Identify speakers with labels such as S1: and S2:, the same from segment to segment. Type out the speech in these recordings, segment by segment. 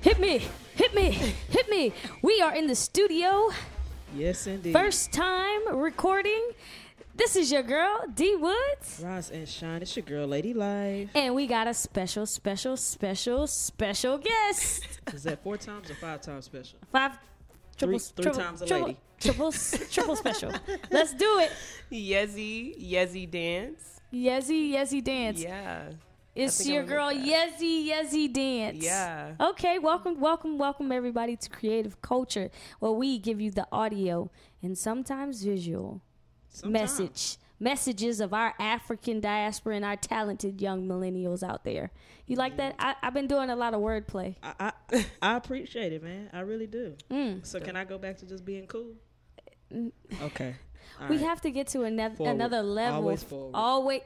S1: Hit me, hit me, hit me. We are in the studio,
S2: Yes, indeed.
S1: first time recording. This is your girl, D Woods.
S2: Rise and shine. It's your girl, Lady Life.
S1: And we got a special, special, special, special guest.
S2: Is that four times or five times special?
S1: Five, triple,
S2: Three- three
S1: triple,
S2: times a
S1: triple,
S2: lady.
S1: Triple, triple special. Let's do it.
S3: Yezzy, Yezzy dance.
S1: Yezzy, Yezzy Dance.
S3: yeah.
S1: It's
S3: think I'm
S1: your girl
S3: gonna make
S1: Yezzy Yezzy Dance.
S3: Yeah.
S1: Okay, welcome, welcome, welcome everybody to Creative Culture, where we give you the audio and sometimes visual
S2: Sometimes.
S1: message. Messages of our African diaspora and our talented young millennials out there. You like that? I, I've been doing a lot of wordplay.
S2: I, I I appreciate it, man. I really do. So can I go back to just being cool? Okay. All
S1: we
S2: right.
S1: have to get to another
S2: Forward.
S1: another level.
S2: Always forward.
S1: Always,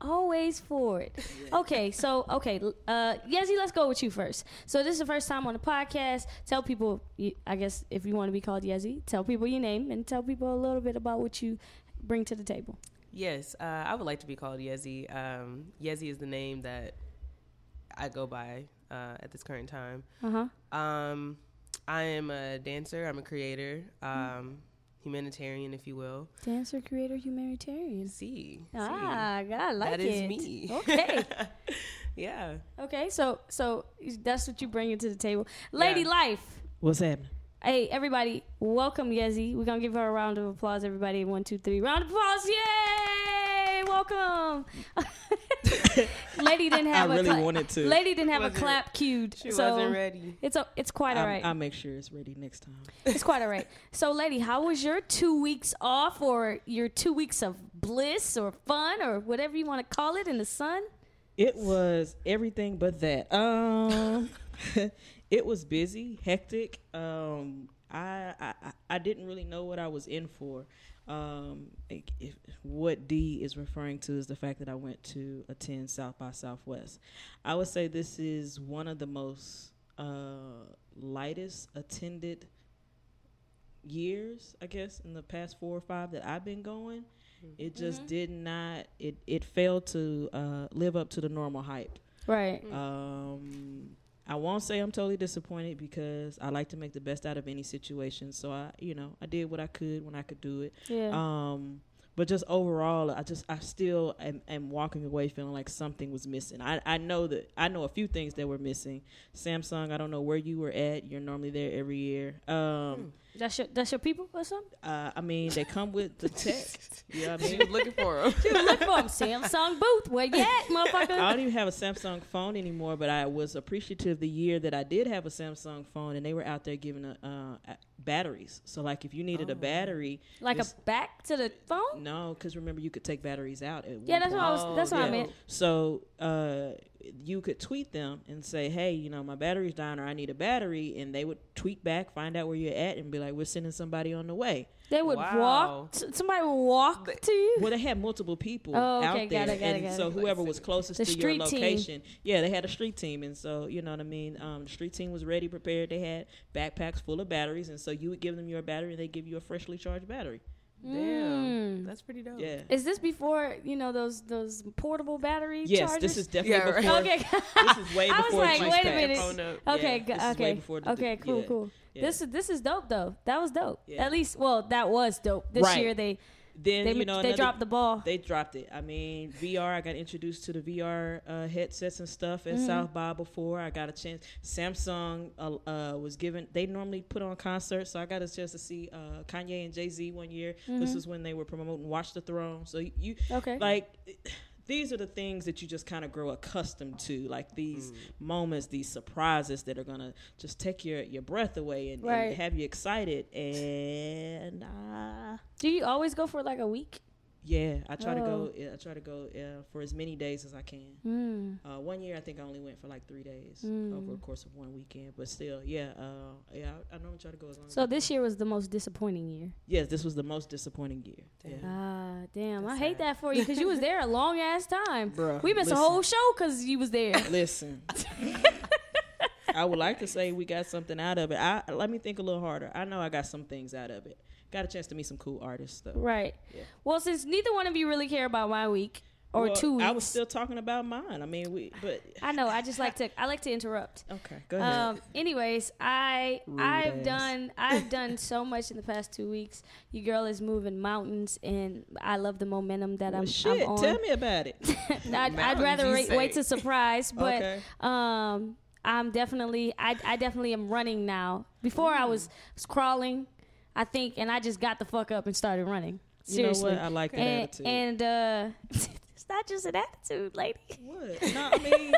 S1: always forward. Okay, so okay, uh, Yezzy, let's go with you first. So this is the first time on the podcast. Tell people, you- I guess, if you want to be called Yezzy, tell people your name and tell people a little bit about what you bring to the table.
S3: Yes, uh, I would like to be called Yezzy. Um, Yezzy is the name that I go by uh, at this current time.
S1: Uh huh.
S3: Um, I am a dancer, I'm a creator, um, humanitarian, if you will.
S1: Dancer, creator, humanitarian.
S3: See.
S1: Ah, God, I like
S3: That
S1: it.
S3: is me.
S1: Okay,
S3: Yeah.
S1: okay. So, so that's what you bring into the table, Lady
S3: Yeah.
S1: Life.
S2: What's happening?
S1: Hey, everybody, welcome Yezzy. We're going to give her a round of applause, everybody. One, two, three. Round of applause. Yay! Welcome. Lady didn't have
S2: I
S1: a
S2: really
S1: cla-
S2: wanted to.
S1: Lady didn't have a
S3: Wasn't-
S1: clap cued.
S3: She
S1: so
S3: wasn't ready.
S1: It's a, it's quite all
S2: I'm-
S1: right.
S2: I'll make sure it's ready next time.
S1: It's quite all right. So, Lady, how was your two weeks off or your two weeks of bliss or fun or whatever you want to call it in the sun?
S2: It was everything but that. Um, it was busy, hectic. Um, I, I I- I didn't really know what I was in for. Um, like, if, what D is referring to is the fact that I went to attend South by Southwest. I would say this is one of the most uh, lightest attended years, I guess, in the past four or five that I've been going. It just did not. It it failed to uh, live up to the normal hype.
S1: Right.
S2: Um, I won't say I'm totally disappointed because I like to make the best out of any situation. So I, you know, I did what I could when I could do it.
S1: Yeah.
S2: Um, but just overall, I just I still am, am walking away feeling like something was missing. I, I know that I know a few things that were missing. Samsung, I don't know where you were at. You're normally there every year. Um,
S1: that's, your, that's your people or something?
S2: uh, I mean, they come with the tech. You know what I
S3: She
S2: mean?
S3: was looking for him.
S1: Look for 'em. Samsung booth. Where you at, motherfucker?
S2: I don't even have a Samsung phone anymore, but I was appreciative the year that I did have a Samsung phone, and they were out there giving uh, uh, batteries. So, like, if you needed
S1: Oh.
S2: a battery,
S1: Like a
S2: This-
S1: back to the phone?
S2: no, because remember you could take batteries out. At
S1: Yeah,
S2: one
S1: that's
S2: point.
S1: what I was. That's what I
S2: Yeah.
S1: meant.
S2: So uh, you could tweet them and say, "Hey, you know, my battery's dying, or I need a battery," and they would tweet back, find out where you're at, and be like, "We're sending somebody on the way."
S1: They would
S3: Wow.
S1: walk. s- Somebody would walk to you.
S2: Well, they had multiple people
S1: Oh, okay,
S2: out there,
S1: got it, got it,
S2: and
S1: got
S2: so
S1: it.
S2: whoever was closest
S1: The
S2: to your
S1: street team.
S2: location, yeah, they had a street team, and so you know what I mean. Um, the street team was ready, prepared. They had backpacks full of batteries, and so you would give them your battery, and they give you a freshly charged battery.
S1: Mm.
S3: Damn. That's pretty
S1: Oh.
S3: dope.
S2: Yeah.
S1: Hmm. Is this before you know those those portable battery
S2: Yes,
S1: chargers?
S2: this is definitely
S3: Yeah, right. Oh,
S2: before.
S1: okay.
S2: This is way
S1: I was
S2: before.
S1: like,
S2: Juice
S1: wait a
S2: Pack.
S1: minute.
S3: Phone up.
S1: okay,
S2: this
S1: go-
S2: is way
S1: okay,
S2: before the-
S1: okay, cool,
S2: yeah,
S1: cool.
S2: yeah.
S1: This is this is dope though. That was dope.
S2: Yeah.
S1: At least, well, that was dope. This
S2: Right.
S1: year they
S2: Then
S1: they
S2: you know
S1: they
S2: another-
S1: dropped the ball.
S2: They dropped it. I mean, VR. I got introduced to the VR uh, headsets and stuff
S1: Mm-hmm.
S2: at South by before. I got a chance. Samsung uh, uh, was given. They normally put on concerts, so I got a chance to see uh, Kanye and Jay Z one year. This
S1: Mm-hmm.
S2: was when they were promoting Watch the Throne. So you
S1: okay.
S2: like. These are the things that you just kind of grow accustomed to, like these moments, these surprises that are gonna just take your, your breath away and, and
S1: Right.
S2: have you excited. And uh,
S1: Do you always go for like a week?
S2: yeah, I try to
S1: Oh.
S2: go. yeah, I try to go uh, for as many days as I can.
S1: Mm.
S2: Uh, one year, I think I only went for like three days
S1: Mm.
S2: over the course of one weekend. But still, yeah, uh, yeah, I, I normally try to go as long.
S1: So
S2: as I
S1: this
S2: can.
S1: year was the most disappointing year.
S2: yes, this was the most disappointing year. Yeah.
S1: Ah, damn! I
S3: That's
S1: hate
S3: sad.
S1: that for you because you was there a long ass time.
S2: Bruh,
S1: we missed a
S2: listen.
S1: whole show because you was there.
S2: Listen, I would like to say we got something out of it. I let me think a little harder. I know I got some things out of it. Got a chance to meet some cool artists though.
S1: Right. Well, since neither one of you really care about my week, or
S2: Well,
S1: two weeks.
S2: I was still talking about mine. I mean, we. But
S1: I know. I just like to. I like to interrupt.
S2: okay, go ahead.
S1: Um, anyways, I
S2: Rude
S1: I've
S2: ass.
S1: done I've done so much in the past two weeks. Your girl is moving mountains, and I love the momentum that
S2: Well,
S1: I'm,
S2: shit,
S1: I'm on.
S2: tell me about it.
S1: I'd, I'd
S3: Mountains,
S1: rather
S3: you
S1: wait,
S3: say.
S1: wait to surprise, but
S2: Okay.
S1: um, I'm definitely I, I definitely am running now. Before I was
S2: Mm.
S1: crawling, I think, and I just got the fuck up and started running. Seriously,
S2: You know what? I like that
S1: and,
S2: attitude.
S1: and uh, it's not just an attitude, lady.
S2: what? No, I mean,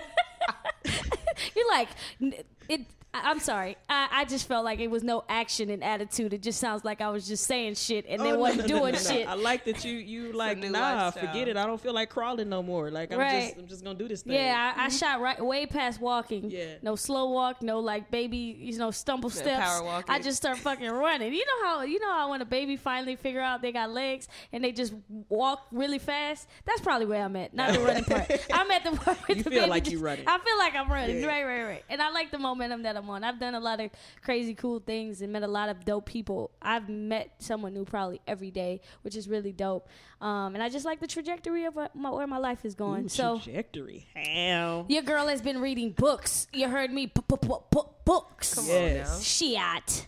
S1: You're like n- it. I- I'm sorry. I, I just felt like it was no action and attitude. It just sounds like I was just saying shit and
S2: Oh,
S1: then
S2: no,
S1: wasn't
S2: no, no,
S1: doing
S2: no, no.
S1: shit.
S2: I like that you you like
S3: new
S2: nah,
S3: lifestyle.
S2: forget it. I don't feel like crawling no more. Like I'm
S1: Right.
S2: just I'm just gonna do this thing. Mm-hmm.
S1: Yeah, I, I shot right way past walking.
S2: Yeah.
S1: No slow walk, no like baby, you know, stumble steps.
S3: power walking.
S1: I just start fucking running. You know how you know how when a baby finally figure out they got legs and they just walk really fast? That's probably where I'm at. Not the running part. I'm at the part where
S2: You
S1: the
S2: feel
S1: baby
S2: like you
S1: just-
S2: running.
S1: I feel like I'm running.
S2: Yeah.
S1: Right, right, right. And I like the momentum that I'm on. I've done a lot of crazy cool things and met a lot of dope people. I've met someone new probably every day, which is really dope. Um, and I just like the trajectory of what my, where my life is
S2: Ooh,
S1: going. so
S2: trajectory. How?
S1: your girl has been reading books. You heard me. B- b- b- b- books.
S3: Come
S2: Yes.
S3: on now.
S1: Shit.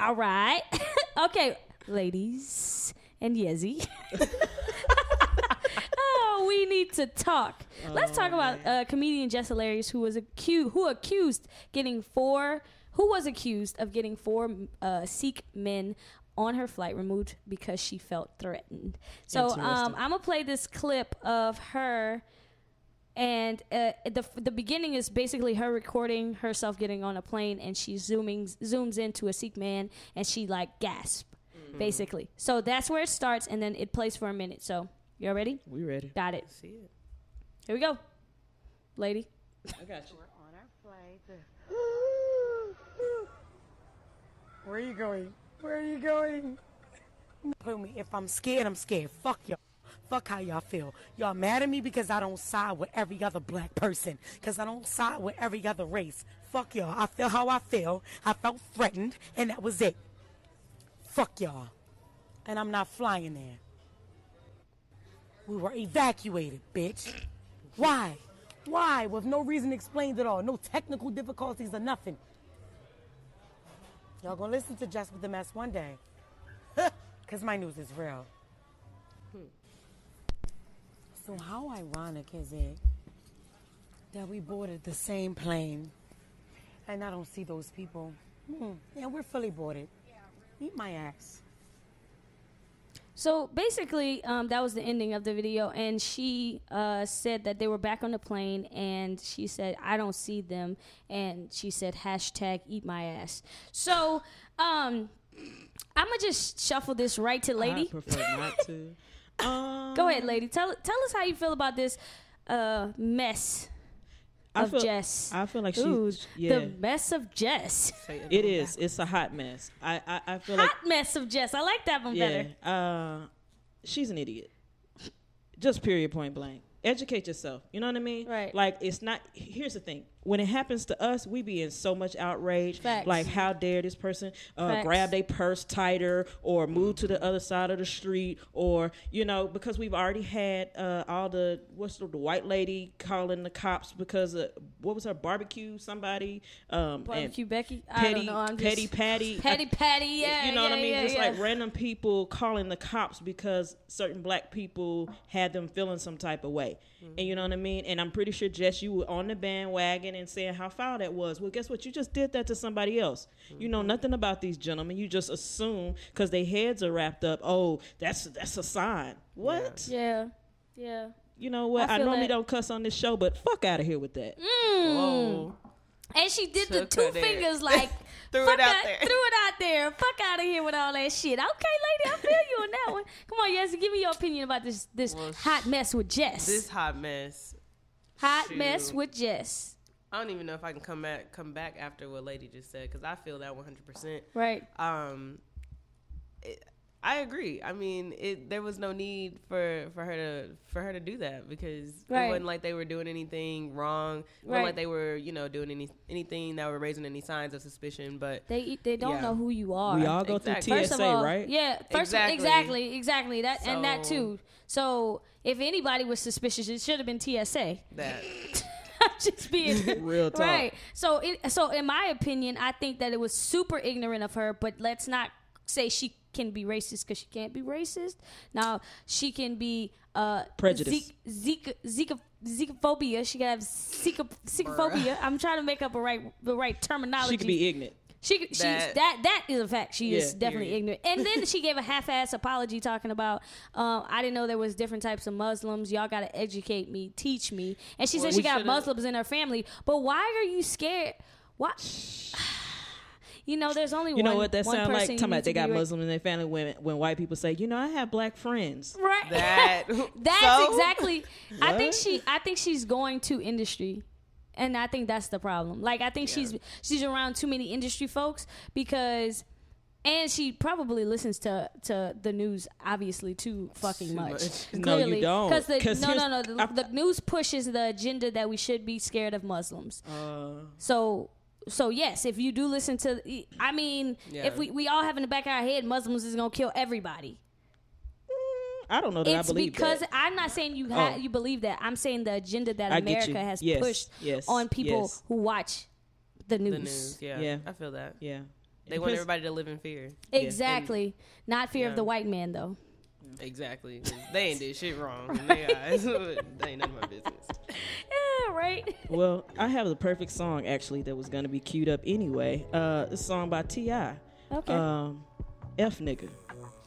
S1: All right. okay, ladies and Yezzy. oh, we need to talk. Let's talk about uh, comedian Jess Hilarious, who was accused, who accused getting four, who was accused of getting four uh, Sikh men on her flight removed because she felt threatened. So um,
S2: Interesting.
S1: I'm gonna play this clip of her and uh, the the beginning is basically her recording herself getting on a plane, and she zooming zooms into a Sikh man, and she like gasp, basically. So that's where it starts, and then it plays for a minute. So you all ready?
S2: We ready?
S1: Got it.
S3: See it.
S1: Here we go, lady.
S2: I got you.
S4: We're on our flight. Where are you going? Where are you going? Put me. If I'm scared, I'm scared. Fuck y'all. Fuck how y'all feel. Y'all mad at me because I don't side with every other black person. Because I don't side with every other race. Fuck y'all. I feel how I feel. I felt threatened, and that was it. Fuck y'all. And I'm not flying there. We were evacuated, bitch. Why? Why? With no reason explained at all. No technical difficulties or nothing. Y'all gonna listen to Just with the Mess one day. Because my news is real. Hmm. So, how ironic is it that we boarded the same plane and I don't see those people? Hmm. Yeah, we're fully boarded. Eat my ass.
S1: So basically, um, that was the ending of the video, and she uh, said that they were back on the plane, and she said, "I don't see them," and she said, "hashtag Eat my ass." So, um, I'm gonna just shuffle this right to
S2: I
S1: lady.
S2: prefer not to. Um,
S1: Go ahead, lady. Tell tell us how you feel about this uh, mess
S2: I
S1: of
S2: feel,
S1: Jess.
S2: I feel like
S1: Ooh,
S2: she's yeah.
S1: the mess of Jess.
S3: Satan
S2: it
S3: going
S2: is. It's a hot mess. I I, I feel like
S1: Hot mess of Jess. I like that one
S2: yeah.
S1: better.
S2: Uh, she's an idiot. Just period, point blank. Educate yourself. You know what I mean?
S1: Right.
S2: Like it's not. Here's the thing. When it happens to us, we be in so much outrage.
S1: Facts.
S2: Like how dare this person uh,
S1: Facts.
S2: grab their purse tighter or move to the other side of the street or you know because we've already had uh, all the what's the, the white lady calling the cops because of, what was her barbecue somebody um, and
S1: Barbecue Becky. I
S2: petty
S1: don't know. I'm just,
S2: petty patty
S1: Petty Patty. Yeah.
S2: you know what I
S1: yeah,
S2: mean?
S1: yeah,
S2: Just
S1: yeah.
S2: like random people calling the cops because certain black people had them feeling some type of way. And you know what I mean? And I'm pretty sure Jess, you were on the bandwagon and saying how foul that was. Well, guess what? You just did that to somebody else. You
S1: Mm-hmm.
S2: know nothing about these gentlemen. You just assume because their heads are wrapped up. Oh, that's that's a sign. What?
S1: Yeah. Yeah.
S2: You know what?
S1: I
S2: I,
S1: feel
S2: normally
S1: that. Mm.
S2: don't cuss on this show, but fuck out of here with that.
S3: Whoa.
S1: Hmm. And she did the
S3: Took
S1: two
S3: her there.
S1: fingers like
S3: Threw
S1: fuck
S3: it out
S1: out-
S3: there.
S1: Threw it out there. Fuck out of here with all that shit. Okay, lady, I feel you on that one. Come on, Yes, give me your opinion about this this
S3: Well, sh-
S1: hot mess with Jess.
S3: This hot mess.
S1: hot
S3: shoot.
S1: mess with Jess.
S3: I don't even know if I can come back come back after what Lady just said because I feel that one hundred percent.
S1: Right.
S3: Um, it, I agree. I mean, it, there was no need for, for her to for her to do that because
S1: Right.
S3: it wasn't like they were doing anything wrong. It wasn't
S1: Right.
S3: like they were you know doing any anything that were raising any signs of suspicion. But
S1: They they don't
S3: Yeah.
S1: know who you are.
S2: we all go
S3: Exactly.
S2: through
S1: First
S2: TSA,
S1: of all,
S2: right?
S1: Yeah, first
S3: Exactly.
S1: exactly, exactly, exactly. That and that
S3: So-
S1: too. So if anybody was suspicious, it should have been TSA.
S3: that
S1: I'm just being
S2: Real talk.
S1: right. So it, so in my opinion, I think that it was super ignorant of her. But let's not say she can be racist because she can't be racist. Now she can be uh,
S2: Prejudice.
S1: Zika, Zika, Zika, Zikaphobia. She can have Zika, Zikaphobia. I'm trying to make up a right the right terminology.
S2: She could be ignorant.
S1: She she's that
S3: That-
S1: that is a fact. She is
S2: Yeah,
S1: definitely ignorant. And then she gave a half-ass apology talking about um, I didn't know there was different types of Muslims. Y'all got to educate me, teach me. And she
S3: Well,
S1: said she
S3: we
S1: got
S3: should've-
S1: Muslims in her family. But why are you scared? Why? You know, there's only
S2: You
S1: one,
S2: know what that
S1: one
S2: sound
S1: person
S2: like?
S1: you
S2: Talking
S1: need
S2: about
S1: to
S2: they got
S1: be ra-
S2: Muslim in their family women when white people say, you know, I have black friends.
S1: Right.
S3: that
S1: That's
S3: So?
S1: exactly. I think
S2: What?
S1: she. I think she's going to industry, and I think that's the problem. Like I think she's she's around too many industry folks because, and she probably listens to to the news obviously too fucking
S3: Too
S1: much.
S3: much.
S2: No, you don't.
S1: Because the
S2: 'Cause
S1: no no no
S2: here's-
S1: the, the news pushes the agenda that we should be scared of Muslims.
S2: Uh,
S1: So so yes, if you do listen to, I mean,
S3: Yeah.
S1: if we we all have in the back of our head, Muslims is gonna kill everybody
S2: I don't know that
S1: Mm, it's
S2: I believe
S1: because
S2: that.
S1: I'm not saying you ha-
S2: Oh.
S1: you believe that. I'm saying the agenda that
S2: I get you.
S1: America has
S2: Yes,
S1: pushed
S2: yes,
S1: on people
S2: yes.
S1: who watch the news.
S3: the news. Yeah,
S2: Yeah.
S3: I feel that
S2: Yeah.
S3: they want
S2: Because-
S3: everybody to live in fear.
S1: Exactly. not fear of
S3: yeah.
S1: the white man though.
S3: Exactly, 'cause they ain't did shit wrong. In their eyes. they ain't none of my business.
S1: Yeah, right.
S2: Well, I have the perfect song actually that was gonna be queued up anyway. Uh, it's a song by Ti.
S1: Okay.
S2: Um, F nigga.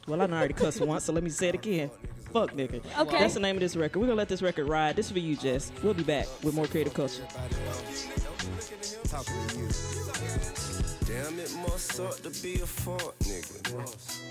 S2: Well, I done already cussed once, so let me say it again. Fuck nigga.
S1: Okay.
S2: That's the name of this record. We're gonna let this record ride. This is for you, Jess. We'll be back with more creative culture.
S5: Top of the youth.
S6: Damn, it must suck to be a fuck nigga.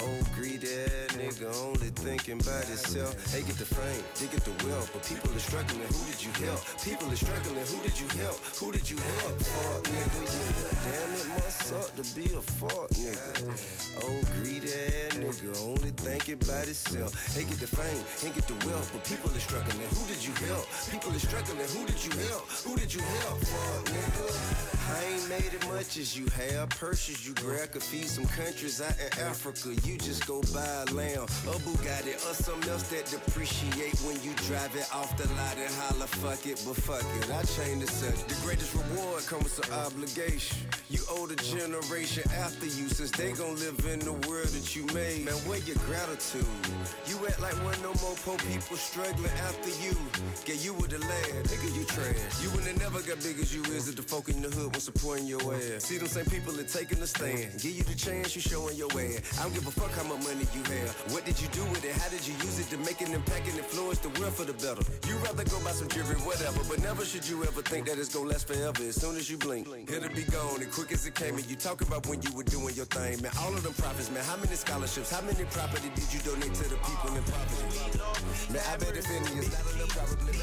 S6: Old greedy ass nigga, only thinking about himself. They get the fame, they get the wealth, but people are struggling. Who did you help? People are struggling. Who did you help? Who did you help? Fuck nigga. yeah. Damn, it must suck to be a fuck nigga. Old greedy ass nigga, only thinking about himself. They get the fame, they get the wealth, but people are struggling. Who did you help? People are struggling. Who did you help? Who did you help? Fuck nigga. I ain't made it much as you have. Purses you grab could feed some countries out in Africa. You just go buy a lamb, a Bugatti, or something else that depreciate when you drive it off the lot and holler, fuck it, but fuck it. I change the subject. The greatest reward comes with an obligation. You owe the generation after you, since they gon' live in the world that you made. Man, where your gratitude? You act like one no more poor people struggling after you. Yeah, you were the lad, nigga, you trash. You wouldn't have never got big as you is if the folk in the hood was supporting your ass. See them same people that taking the stand. Give you the chance, you showing your ass. I don't give a fuck how much money you have. What did you do with it? How did you use it to make an impact and influence the world for the better? You rather go buy some jewelry, whatever, but never should you ever think that it's gonna last forever. As soon as you blink, it'll be gone and quick as it came. And you talk about when you were doing your thing, man. All of them profits, man. How many scholarships? How many property did you donate to the people in poverty? Man, I bet if any is not enough, probably.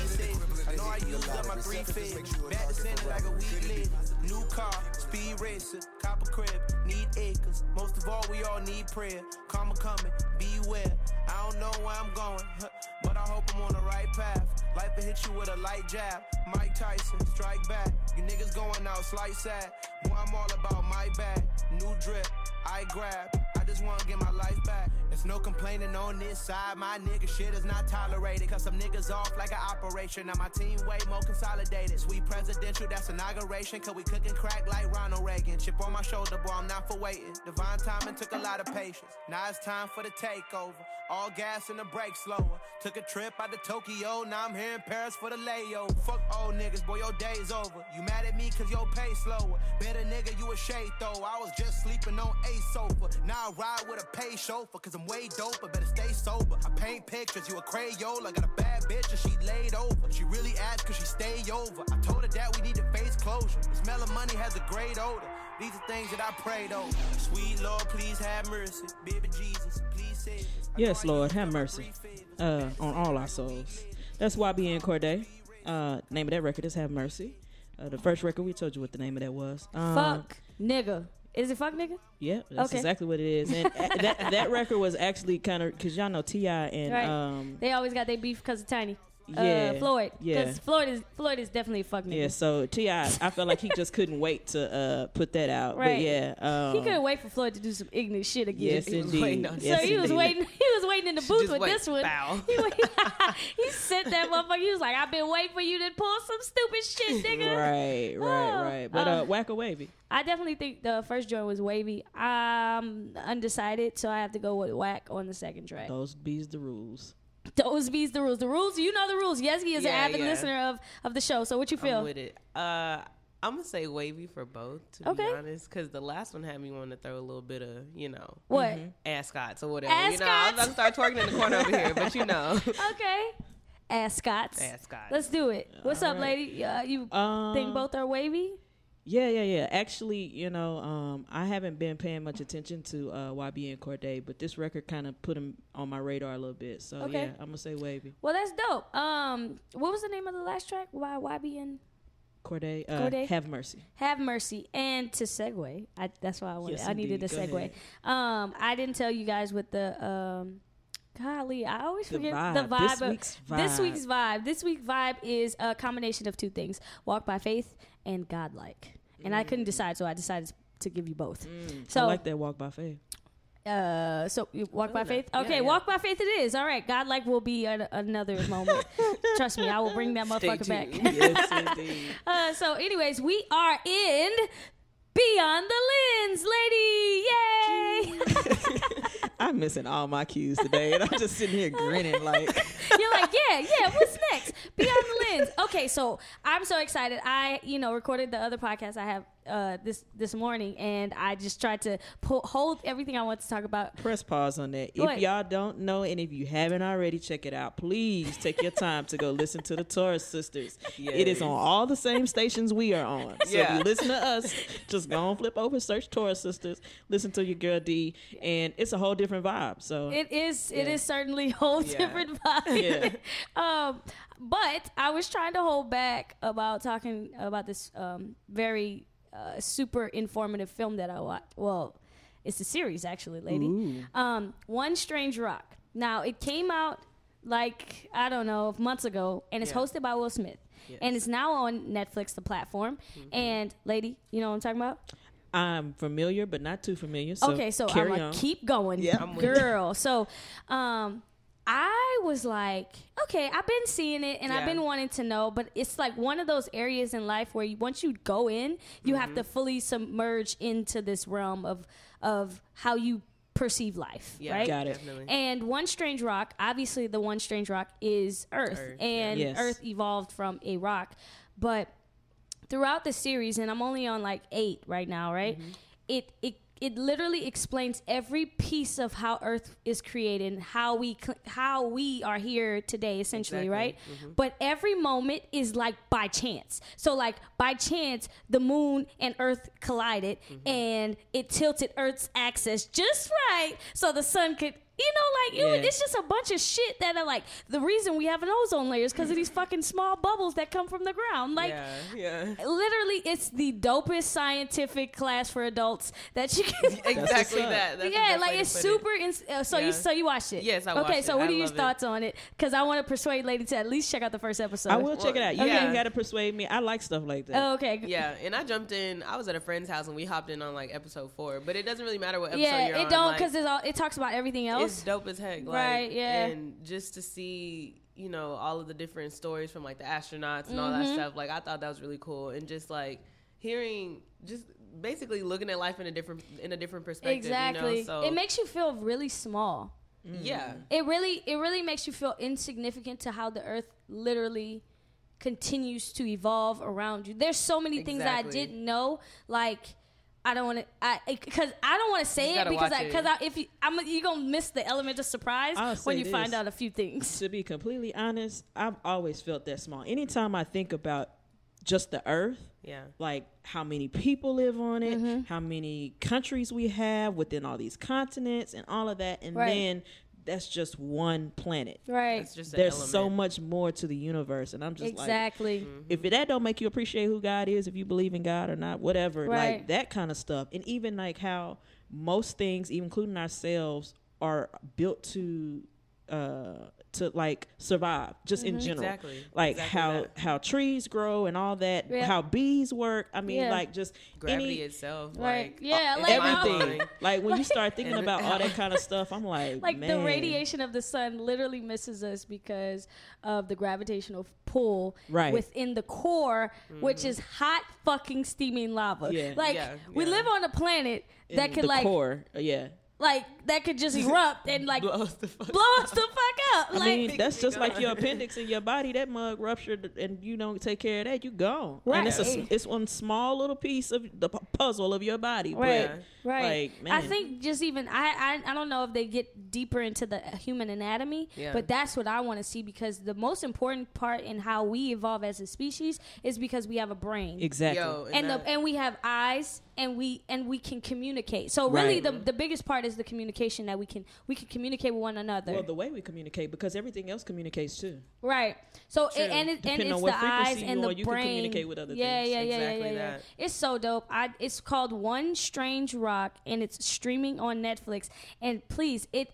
S7: I know I used up my three fifths. Back to sending like a week later. New car, speed racer, copper crib, need acres. Most of all, we all need prayer. Karma coming, beware. I don't know where I'm going, huh, but I hope I'm on the right path. Life will hit you with a light jab. Mike Tyson, strike back. You niggas going out, slice sad. Boy, I'm all about my bag. New drip, I grab. I just wanna get my life back. It's no complaining on this side. My nigga shit is not tolerated. Cause some niggas off like an operation. Now my team way more consolidated. Sweet presidential, that's inauguration. Cause we cooking crack like Ronald Reagan. Chip on my shoulder, boy, I'm not for waiting. Divine timing took a lot of patience. Now it's time for the takeover. All gas and the brake slower. Took a trip out to Tokyo. Now I'm here in Paris for the layover. Fuck old niggas, boy, your day's over. You mad at me cause your pay slower. Better nigga, you a shade though. I was just sleeping on a sofa. Now I ride with a pay chauffeur, cause I'm way doper, better stay sober. I paint pictures, you a Crayola. Got a bad bitch and she laid over. She really asked cause she stayed over. I told her that we need to face closure. The smell of money has a great odor. These are things that I prayed over. Sweet Lord, please have mercy. Baby Jesus, please save us. I
S2: Yes,
S7: know I
S2: Lord,
S7: used
S2: have
S7: up my
S2: mercy
S7: three favors.
S2: uh, on all our souls. That's YBN Corday. Uh, name of that record is Have Mercy. Uh, the first record we told you what the name of that was. Um,
S1: Fuck nigga. Is it fuck nigga?
S2: Yep, that's
S1: Okay.
S2: exactly what it is. And a- that that record was actually kind of because y'all know Ti and
S1: Right.
S2: um
S1: They always got their beef because of Tiny.
S2: Yeah,
S1: Uh, Floyd.
S2: yeah.
S1: Because Floyd is Floyd is definitely a fuck nigga.
S2: yeah. So Ti, I felt like he just couldn't wait to uh put that out.
S1: Right.
S2: But yeah, um,
S1: He couldn't wait for Floyd to do some ignorant shit again.
S2: Yes,
S3: He was
S2: indeed.
S3: waiting on it.
S1: so
S2: Yes,
S1: he was
S2: indeed.
S1: waiting. He was waiting in the booth
S3: just
S1: with
S3: wait,
S1: this one.
S3: bow.
S1: He, went, he sent that motherfucker. He was like, "I've been waiting for you to pull some stupid shit, nigga."
S2: Right, right,
S1: Oh,
S2: right. But
S1: um,
S2: uh, whack a wavy.
S1: I definitely think the first joint was wavy. I'm undecided, so I have to go with whack on the second track.
S2: Those bees the rules.
S1: Those bees the rules. The rules, you know the rules. Yeski is an
S3: Yeah,
S1: avid
S3: yeah.
S1: listener of of the show. So what you
S3: I'm
S1: feel?
S3: with it. Uh, I'm gonna say wavy for both, to
S1: Okay.
S3: be honest, because the last one had me want to throw a little bit of, you know,
S1: What?
S3: ascots or whatever. You know, I'm about to start twerking in the corner over here, but you know,
S1: Okay. Ascots.
S3: Mm-hmm. Ascots.
S1: Let's do it. What's up,
S2: right.
S1: lady? Uh, you
S2: Um,
S1: think both are wavy?
S2: Yeah, yeah, yeah. Actually, you know, um, I haven't been paying much attention to uh, YB and Corday, but this record kind of put him on my radar a little bit. So
S1: Okay.
S2: yeah, I'm gonna say wavy.
S1: Well, that's dope. Um, what was the name of the last track? Why YB and
S2: Corday, uh,
S1: Corday.
S2: have mercy.
S1: Have Mercy. And to segue, I, that's why I wanted.
S2: Yes,
S1: I needed a
S2: indeed. Go
S1: segue. Um, I didn't tell you guys what the um, golly, I always
S2: The
S1: forget the
S2: vibe.
S1: vibe.
S2: This
S1: of-
S2: week's
S1: This
S2: vibe.
S1: week's vibe. This week's vibe is a combination of two things: walk by faith and godlike. And I couldn't decide, so I decided to give you both. so
S2: Mm. I like Oh, that walk by faith.
S1: uh so you walk by faith okay
S3: yeah.
S1: walk by faith it is all right godlike will be an, another moment trust me i will bring that motherfucker back
S2: yes, indeed.
S1: uh, so, anyways, we are in Beyond the Lens, lady. Yay!
S2: I'm missing all my cues today, and I'm just sitting here grinning like.
S1: You're like, yeah, yeah. What's next? Beyond the Lens. Okay, so I'm so excited. I, you know, recorded the other podcast I have uh, this this morning, and I just tried to pull, hold everything I want to talk about.
S2: Press pause on that.
S1: What?
S2: If y'all don't know, and if you haven't already, check it out. Please take your time to go listen to the Taurus Sisters. It is on all the same stations we are on. So if
S3: Yeah.
S2: you listen to us, just go and flip over, search Taurus Sisters, listen to your girl D, and it's a whole different vibe. So
S1: It is. It is certainly whole
S3: Yeah.
S1: different vibe.
S2: Yeah.
S1: um, but I was trying to hold back about talking about this um, very uh, super informative film that I watched. Well, it's a series actually, lady. Um, One Strange Rock. Now it came out like I don't know months ago, and it's
S3: Yeah.
S1: hosted by Will Smith. And it's now on Netflix, the platform. And lady, you know what I'm talking about?
S2: I'm familiar, but not too familiar. So
S1: okay, so I'm
S2: carry
S1: like,
S2: on.
S1: keep going,
S3: I'm with you.
S1: girl. So, um, I was like, okay, I've been seeing it and I've
S3: Yeah.
S1: been wanting to know, but it's like one of those areas in life where you, once you go in, you have to fully submerge into this realm of of how you perceive life,
S3: Yeah,
S1: right?
S2: Got it.
S3: definitely.
S1: And One Strange Rock, obviously, the One Strange Rock is Earth,
S3: Earth, yeah.
S1: and
S2: Yes.
S1: Earth evolved from a rock. But throughout the series, and I'm only on like eight right now, right? It it it literally explains every piece of how Earth is created, and how we cl- how we are here today, essentially,
S3: Exactly.
S1: right? But every moment is like by chance. So like by chance, the moon and Earth collided, and it tilted Earth's axis just right, so the sun could. You know, like you,
S2: Yeah.
S1: it's just a bunch of shit that are like the reason we have an ozone layer is because of these fucking small bubbles that come from the ground. Like,
S3: yeah, yeah.
S1: literally it's the dopest scientific class for adults that you can
S3: Exactly
S2: up.
S3: that. That's the
S1: yeah
S3: best way
S1: like
S3: to
S1: it's
S3: put it.
S1: super ins- uh, so
S3: Yeah.
S1: you so you watched it
S3: Yes, I
S1: okay
S3: watched
S1: so
S3: it.
S1: what
S3: I
S1: are your
S3: love it.
S1: thoughts on it because i want to persuade lady to at least check out the first episode
S2: I will check it out. You
S3: Yeah.
S2: ain't got to persuade me. I like stuff like that.
S1: oh, okay
S3: Yeah, and I jumped in. I was at a friend's house and we hopped in on like episode four, but it doesn't really matter what episode
S1: yeah
S3: you're
S1: it
S3: on.
S1: don't
S3: like,
S1: because it talks about everything
S3: it's
S1: else
S3: dope as heck. Like,
S1: Right, yeah.
S3: And just to see, you know, all of the different stories from like the astronauts and all
S1: Mm-hmm.
S3: that stuff, like I thought that was really cool. And just like hearing, just basically looking at life in a different in a different perspective.
S1: exactly
S3: You know? So
S1: it makes you feel really small
S3: yeah,
S1: it really it really makes you feel insignificant to how the earth literally continues to evolve around you there's so many things that i
S3: Exactly.
S1: didn't know like I don't want to, I because I don't want to say it
S3: gotta
S1: because
S3: watch
S1: I,
S3: it.
S1: cause I, if you, I'm, you're gonna miss the element of surprise
S2: I'll
S1: when
S2: say
S1: you find
S2: this.
S1: out a few things.
S2: to be completely honest, I've always felt that small. Anytime I think about just the earth,
S3: Yeah.
S2: like how many people live on it, how many countries we have within all these continents and all of that, and
S1: Right.
S2: then that's just one planet.
S1: Right.
S3: It's just an
S2: There's
S3: element.
S2: so much more to the universe, and I'm just like, mm,
S1: exactly.
S2: if it- that don't make you appreciate who God is, if you believe in God or not, whatever,
S1: Right.
S2: like that kind of stuff, and even like how most things, even including ourselves, are built to uh to like survive just
S1: Mm-hmm.
S2: in general
S3: Exactly.
S2: like
S3: Exactly
S2: how
S3: that.
S2: how trees grow and all that
S1: Yeah.
S2: how bees work i mean
S1: Yeah.
S2: like just
S3: Gravity
S2: any,
S3: itself,
S1: Right.
S3: like
S1: Yeah,
S3: it's
S1: like,
S3: mind
S1: how-
S2: everything
S3: blowing.
S2: like when you start thinking
S3: And-
S2: about all that kind of stuff i'm like
S1: like the
S2: man.
S1: radiation of the sun literally misses us because of the gravitational pull
S2: Right. Mm.
S1: within the core, which is hot fucking steaming lava.
S2: Yeah.
S1: Like
S3: Yeah,
S1: we
S3: yeah.
S1: live on a planet that
S2: In
S1: could
S2: the
S1: like
S2: core uh, yeah
S1: like that could just erupt and like blow
S3: blows the fuck.
S1: us the fuck up.
S2: I
S1: Like
S2: mean, that's just like your appendix in your body. That mug ruptured, and you don't take care of that, you gone.
S1: Right.
S2: And it's a, s-
S1: Yeah.
S2: it's one small little piece of the pu- puzzle of your body. but,
S1: Right. Right.
S2: Like, man,
S1: I think just even I, I I don't know if they get deeper into the human anatomy,
S3: Yeah.
S1: but that's what I want to see because the most important part in how we evolve as a species is because we have a brain.
S2: exactly.
S3: Yo,
S1: and
S3: that-
S1: the, and we have eyes and we and we can communicate. So really
S2: Right.
S1: the the biggest part is the communication that we can we can communicate with one another.
S2: well, the way we communicate, because everything else communicates too.
S1: right. So it, and it, and
S2: Depending on
S1: it's
S2: what
S1: the eyes
S2: frequency you
S1: and the
S2: on, you can
S1: brain.
S2: communicate with other
S1: yeah,
S2: things.
S1: Yeah, yeah, yeah,
S3: Exactly
S1: yeah, yeah.
S3: that.
S1: It's so dope. I it's called One Strange Rock and it's streaming on Netflix and please it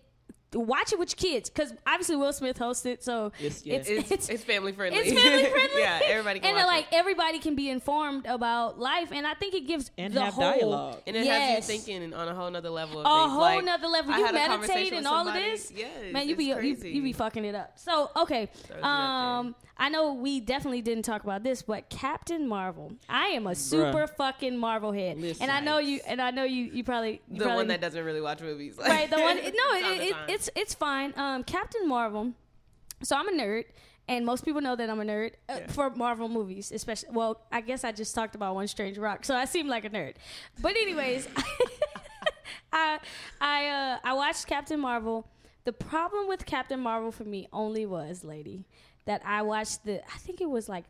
S1: watch it with your kids cuz obviously Will Smith hosts it so
S2: Yes, yes.
S1: it's
S3: It's, it's, family friendly.
S1: it's family friendly.
S3: yeah, everybody can
S1: and uh,
S3: watch
S1: like
S3: it.
S1: everybody can be informed about life, and I think it gives
S2: And
S1: the
S2: have
S1: whole
S2: dialogue.
S3: And it
S1: yes.
S3: has you thinking on a whole nother level. Of
S1: a
S3: things.
S1: whole
S3: like,
S1: nother level.
S3: I
S1: You
S3: had a
S1: meditate
S3: conversation
S1: and
S3: with
S1: all of
S3: somebody-
S1: this,
S3: Yes,
S1: man. You
S3: it's
S1: be you,
S3: crazy.
S1: you be fucking it up. So okay,
S3: Throws it out
S1: um, I know we definitely didn't talk about this, but Captain Marvel. I am a super fucking Marvel head, and I know you. And I know you. You probably you
S3: the
S1: probably,
S3: one that doesn't really watch movies. Like,
S1: right the one. No, it,
S3: time to
S1: it,
S3: time.
S1: it's it's fine. Um, Captain Marvel. So I'm a nerd. And most people know that I'm a nerd uh, for Marvel movies, especially. Well, I guess I just talked about One Strange Rock, so I seem like a nerd. But anyways, I I uh, I watched Captain Marvel. The problem with Captain Marvel for me only was, lady, that I watched the I think it was like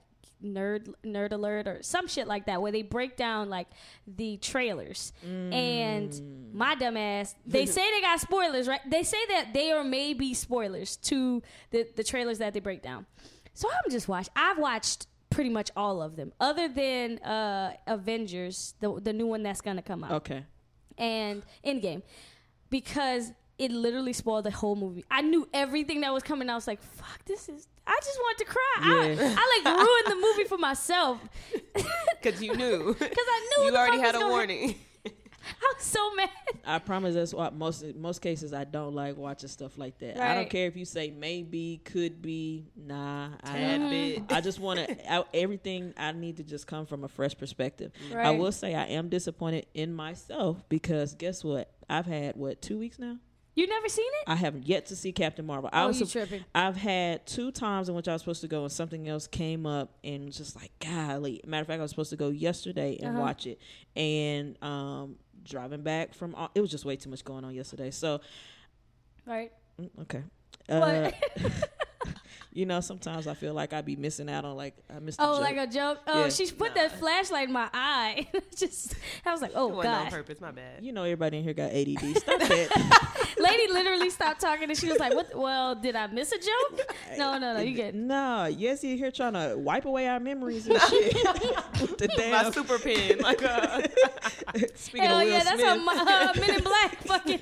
S1: nerd nerd alert or some shit like that where they break down like the trailers and my dumbass they say they got spoilers right they say that they are maybe spoilers to the the trailers that they break down so i'm just watched i've watched pretty much all of them other than uh avengers the the new one that's gonna come out
S2: Okay.
S1: and Endgame because it literally spoiled the whole movie. I knew everything that was coming. I was like, "Fuck, this is." I just want to cry.
S2: Yeah.
S1: I, I like ruined the movie for myself
S3: because you knew.
S1: because I knew what
S3: you
S1: the
S3: already
S1: fuck
S3: had
S1: was
S3: a
S1: gonna-
S3: warning.
S1: I was so mad.
S2: I promise that's why most most cases I don't like watching stuff like that. I
S1: Right.
S2: don't care if you say maybe, could be, nah. I
S3: Tad
S2: don't-
S3: bit.
S2: I just want to everything. I need to just come from a fresh perspective. I
S1: Right.
S2: will say I am disappointed in myself because guess what? I've had what two weeks now.
S1: You never seen it?
S2: I haven't yet to see Captain Marvel. I
S1: Oh,
S2: was
S1: you
S2: sup-
S1: tripping.
S2: I've had two times in which I was supposed to go and something else came up and was just like golly. Matter of fact, I was supposed to go yesterday and
S1: Uh-huh.
S2: watch it, and um, driving back from it was just way too much going on yesterday. So
S1: Right.
S2: mm, okay, uh, you know sometimes I feel like I'd be missing out on like I missed.
S1: Oh,
S2: the
S1: like
S2: joke.
S1: a joke. Oh,
S2: Yeah.
S1: she put that flashlight in my eye. just, I was like,
S3: It
S1: "Oh
S3: wasn't on
S1: god."
S3: purpose. My bad.
S2: you know everybody in here got ADD. Stop that.
S1: Lady literally stopped talking, and she was like, "What? Well, did I miss a joke? No, no, no. You get
S2: no, yes, you here trying to wipe away our memories and shit. With the
S3: My
S2: damn.
S3: super pen. Like, uh,
S2: Speaking
S1: Hell
S2: of Will
S1: yeah,
S2: Smith,
S1: that's how my, uh, Men in Black fucking.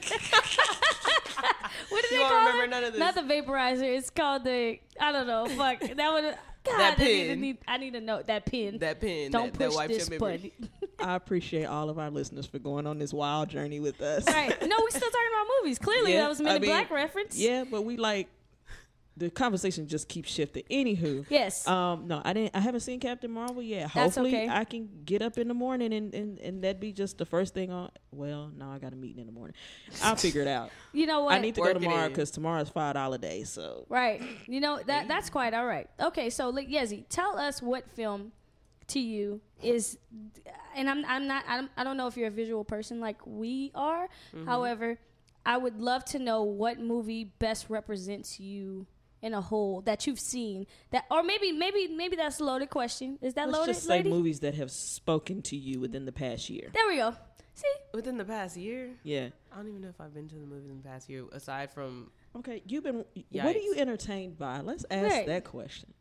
S1: what did
S3: You
S1: they
S3: won't
S1: call
S3: remember
S1: it?
S3: none of this.
S1: Not the vaporizer. It's called the I don't know. Fuck that would. God,
S3: That
S1: I need, to
S3: pin.
S1: need, I need to know that pin.
S3: that pen.
S1: don't
S3: that, that
S1: push
S3: wipes
S1: this
S3: your
S1: button.
S3: memory.
S2: I appreciate all of our listeners for going on this wild journey with us.
S1: right? No, we're still talking about movies. Clearly,
S2: Yeah,
S1: that was Men
S2: I
S1: in
S2: mean,
S1: Black reference.
S2: Yeah, but we like the conversation just keeps shifting. Anywho,
S1: Yes.
S2: Um, no, I didn't. I haven't seen Captain Marvel yet.
S1: That's
S2: Hopefully,
S1: okay.
S2: I can get up in the morning and and and that be just the first thing on. Well, no, I got a meeting in the morning. I'll figure it out.
S1: you know what?
S2: I need to
S3: Work
S2: go
S3: it
S2: tomorrow
S3: in.
S2: because tomorrow's five dollar day. So
S1: Right. You know that that's quite all right. Okay, so like Yezzy, tell us what film to you is and I'm I'm not I'm, I don't know if you're a visual person like we are.
S3: Mm-hmm.
S1: However, I would love to know what movie best represents you in a whole that you've seen that or maybe maybe maybe that's a loaded question. Is that
S2: let's
S1: loaded
S2: just say
S1: lady?
S2: movies that have spoken to you within the past year.
S1: There we go. See,
S3: Within the past year,
S2: Yeah.
S3: I don't even know if I've been to the movies in the past year. Aside from
S2: Okay, you've been. What are
S3: Yikes.
S2: you entertained by? Let's ask
S1: Right.
S2: that question.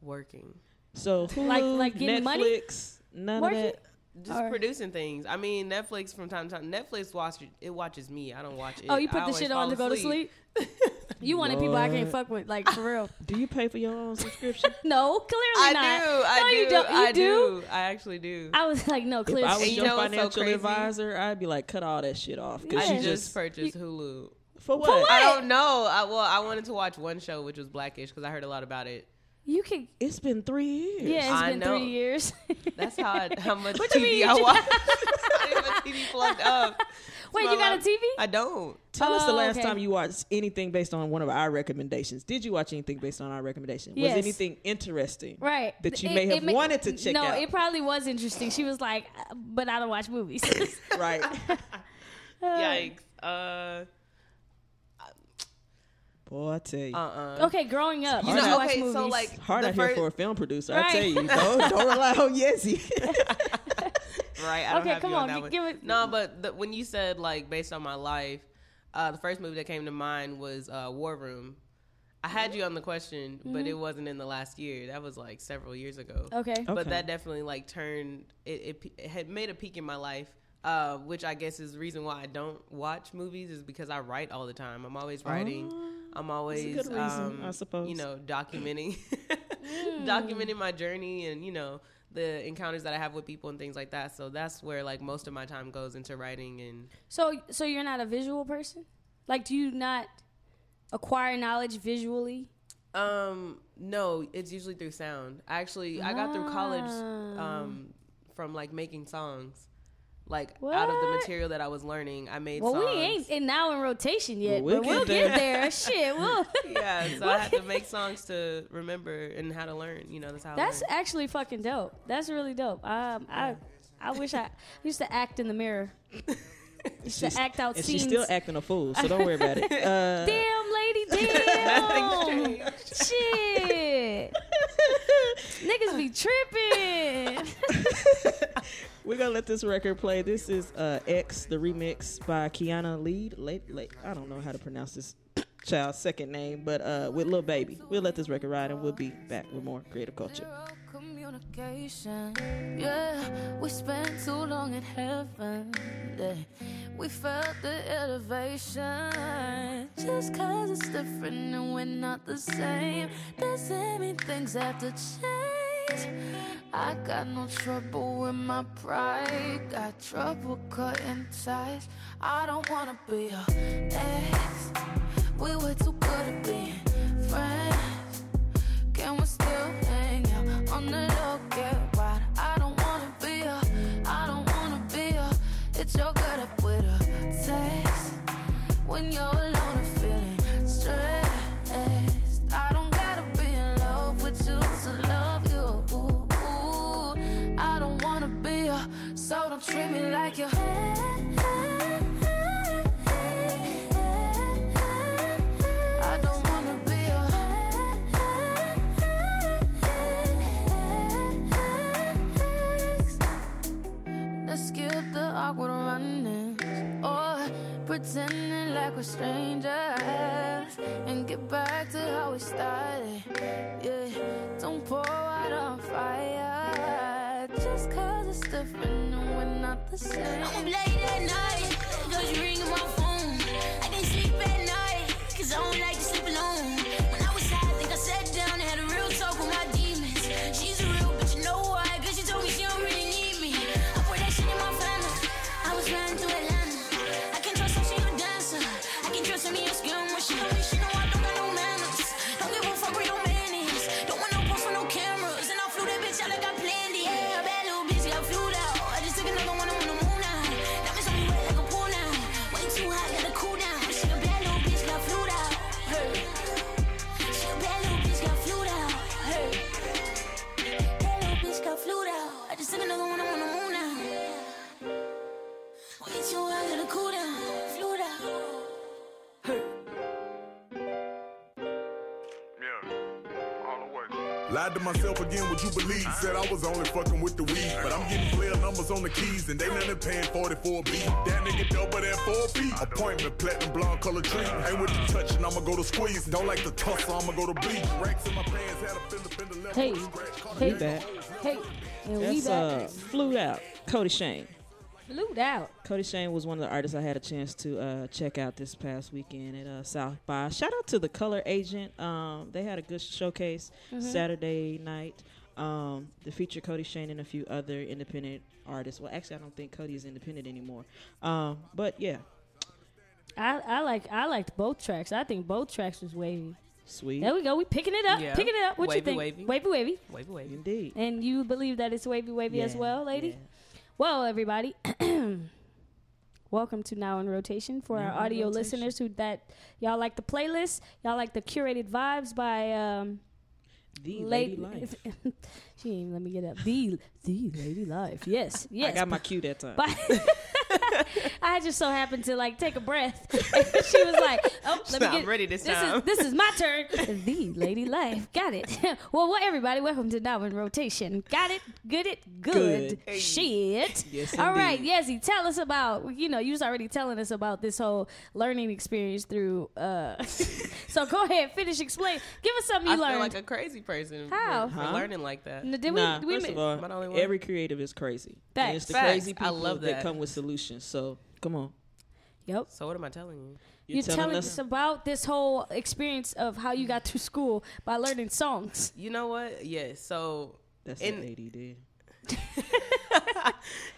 S3: working,
S2: So Hulu,
S1: Like- like getting money?
S2: Netflix, none
S1: Working?
S2: of that.
S3: just
S1: Or-
S3: producing things. I mean, Netflix from time to time. Netflix watches it watches me. I don't watch it.
S1: oh, you
S3: I
S1: put the
S3: always
S1: shit on
S3: fall
S1: to go to sleep. you wanted people I can't
S2: What?
S1: fuck with, like for real.
S2: Do you pay for your own subscription?
S1: No, clearly
S3: I do.
S1: not.
S3: I
S1: no,
S3: do.
S1: you don't. You
S3: I
S1: do?
S3: do. I actually do.
S1: I was like, no,
S2: if
S1: clearly.
S2: I was
S3: you
S2: your
S3: know what's so
S2: financial
S3: crazy?
S2: advisor, I'd be like, cut all that shit off. Cause
S1: Yeah.
S2: you
S3: I just
S2: just
S3: purchased Hulu.
S2: for what?
S3: I don't know. I, well, I wanted to watch one show which was Blackish because I heard a lot about it.
S1: you can.
S2: It's been three years.
S1: Yeah, it's
S3: I
S1: been
S3: know.
S1: three years.
S3: That's how I, how much
S1: What you mean
S3: TV
S1: you
S3: I
S1: just-
S3: watch. I didn't have a TV plugged up.
S1: Wait,
S3: My
S1: you got a
S3: life-
S1: TV?
S3: I don't.
S2: Tell us the
S1: Oh,
S2: last
S1: okay.
S2: time you watched anything based on one of our recommendations. Did you watch anything based on our recommendation?
S1: Yes.
S2: Was anything interesting?
S1: Right.
S2: That you
S1: It-
S2: may
S1: it
S2: have wanted to check
S1: no,
S2: out.
S1: it probably was interesting. She was like, uh, but I don't watch movies.
S2: right.
S3: Yikes. Uh.
S2: Boy, I tell you.
S3: Uh. uh
S1: okay, growing up,
S3: You
S1: I
S3: know,
S1: watch
S3: okay,
S1: movies.
S3: so like
S2: Hard
S3: the
S2: out
S3: first-
S2: here for a film producer.
S1: Right.
S2: I tell you, don't, don't rely on Yezzy.
S3: right? I don't
S1: Okay,
S3: have
S1: come
S3: you on,
S1: on,
S3: that
S1: gi-
S3: one.
S1: give it-
S3: No, but the, when you said like based on my life, uh, the first movie that came to mind was uh, War Room. I had you on the question, but it wasn't in the last year. That was like several years ago.
S1: Mm-hmm. okay,
S2: Okay.
S3: But that definitely like turned it, it, pe- it had made a peak in my life, uh, which I guess is the reason why I don't watch movies is because I write all the time. I'm always writing. I'm always,
S2: Oh. good reason,
S3: um,
S2: I suppose.
S3: you know, documenting, documenting my journey and you know the encounters that I have with people and things like that. So that's where like most of my time goes into writing and
S1: so so you're not a visual person. Like, do you not acquire knowledge visually?
S3: Um, no, it's usually through sound. Actually, I got through college um from like making songs. Like out of the
S1: Ah. What?
S3: material that I was learning, I made
S1: Well,
S3: songs.
S1: we ain't in now in rotation yet,
S2: Well, we'll
S1: but we'll
S2: get there.
S1: get there. Shit, we'll.
S3: yeah, so I had to make songs to remember and how to learn. You know, that's how.
S1: That's
S3: I learned.
S1: actually fucking dope. That's really dope. Um, I I wish I used to act in the mirror. used to act out
S2: and
S1: scenes.
S2: she's still uh, acting a fool, so don't worry about it. Uh,
S1: damn, lady, damn. Shit. Niggas be tripping.
S2: we're gonna let this record play. This is uh, X, the remix by Kiana Lead. Late, late. I don't know how to pronounce this child's second name, but uh, with Lil Baby, we'll let this record ride, and we'll be back with more creative culture.
S8: Zero communication. Yeah, we spent too long in heaven. Yeah, we felt the elevation. Just cause it's different and we're not the same doesn't mean things have to change. I got no trouble with my pride. Got trouble cutting ties. I don't wanna be a ex. We were too good at being friends. Can we still hang out on the low get right? I don't wanna be a, I don't wanna be a. It's your good up with a text when you're alone and feeling stressed. I don't gotta be in love with you to love you. I don't wanna be a, so don't treat me like your. I don't wanna be a Let's skip the awkward running or pretending like we're strangers and get back to how we started. Yeah, don't pour out on fire just cause it's different and we're not the
S9: I'm
S8: same.
S9: late at night, cause you ringing my phone. I can't sleep at night, cause I don't like to sleep alone. When I was high, I think I sat down and had a real talk with my demons. She's a real bitch, you know why? Cause she told me she don't really need me. I put that shit in my family. I was riding through Atlanta. I can trust her, she a dancer. I can trust her, me, your skin when she told me she know I don't got no manners. Don't give a fuck where your man is. Don't want no post for no cameras. And I flew that bitch out like I planned it. Yeah, bad little bitch got flew out. I just took another one on the moon now. Diamonds on me wet like a pool now. Way too
S10: Lied to myself again, would you believe? Said I was only fucking with the weed. But I'm getting player numbers on the keys, and they nothing paying 44 B. That nigga double that 4 B. Appointment, platinum blonde color tree. Ain't with the touch, and I'ma go to squeeze. Don't like the tussle, I'ma go to bleach. Racks in my pants, had a fender, fender left.
S1: Hey, hey,
S2: We back.
S1: hey, and we
S2: That's
S1: back.
S2: uh, flew out. Cody Shane.
S1: Flued out.
S2: Cody Shane was one of the artists I had a chance to uh, check out this past weekend at uh, South by. Shout out to the Color Agent. Um, they had a good showcase
S1: Mhm.
S2: Saturday night. Um, the feature Cody Shane and a few other independent artists. Well, actually, I don't think Cody is independent anymore. Um, but yeah,
S1: I, I like I liked both tracks. I think both tracks was wavy.
S2: sweet.
S1: There we go. We picking it up.
S2: Yeah.
S1: Picking it up. What you
S2: Wavy,
S1: think?
S2: wavy.
S1: wavy. wavy.
S3: Wavy, wavy.
S2: Indeed.
S1: And you believe that it's wavy wavy as
S2: Yeah,
S1: well, lady? Well, everybody, welcome to Now in Rotation for
S2: Now
S1: our
S2: in
S1: audio
S2: Rotation.
S1: listeners who that y'all like the playlist, y'all like the curated vibes by um
S2: The Lady Life.
S1: she ain't even let me get up. The the Lady Life. Yes, yes.
S2: I got my cue that time.
S1: But I just so happened to like take a breath. And she was like, "Oh, let me
S3: I'm
S1: get
S3: ready this
S1: this
S3: time."
S1: Is, this is my turn." the lady life, got it. well, well, everybody, welcome to Now in Rotation. Got it, good it, good,
S2: Good. Hey.
S1: shit.
S2: Yes,
S1: All right,
S2: indeed.
S1: Yezzy, tell us about you know you was already telling us about this whole learning experience through. uh So go ahead, finish explain. Give us something you
S3: I
S1: learned.
S3: feel like a crazy person. for-
S1: How?
S3: for
S2: Huh?
S3: learning like that?
S1: N- did we?
S2: nah,
S1: did we
S2: first
S1: mi-
S2: of all,
S3: Am I the only one?
S2: every creative is crazy. And it's
S1: Facts.
S2: the
S3: Facts.
S2: crazy people
S3: I love
S2: that
S3: that.
S2: come with solutions. So come on.
S1: yep.
S3: So what am I telling you?
S1: You're, telling, us about this whole experience of how you got through school by learning songs.
S3: You know what? Yes. So
S2: That's
S3: in-
S2: the ADD.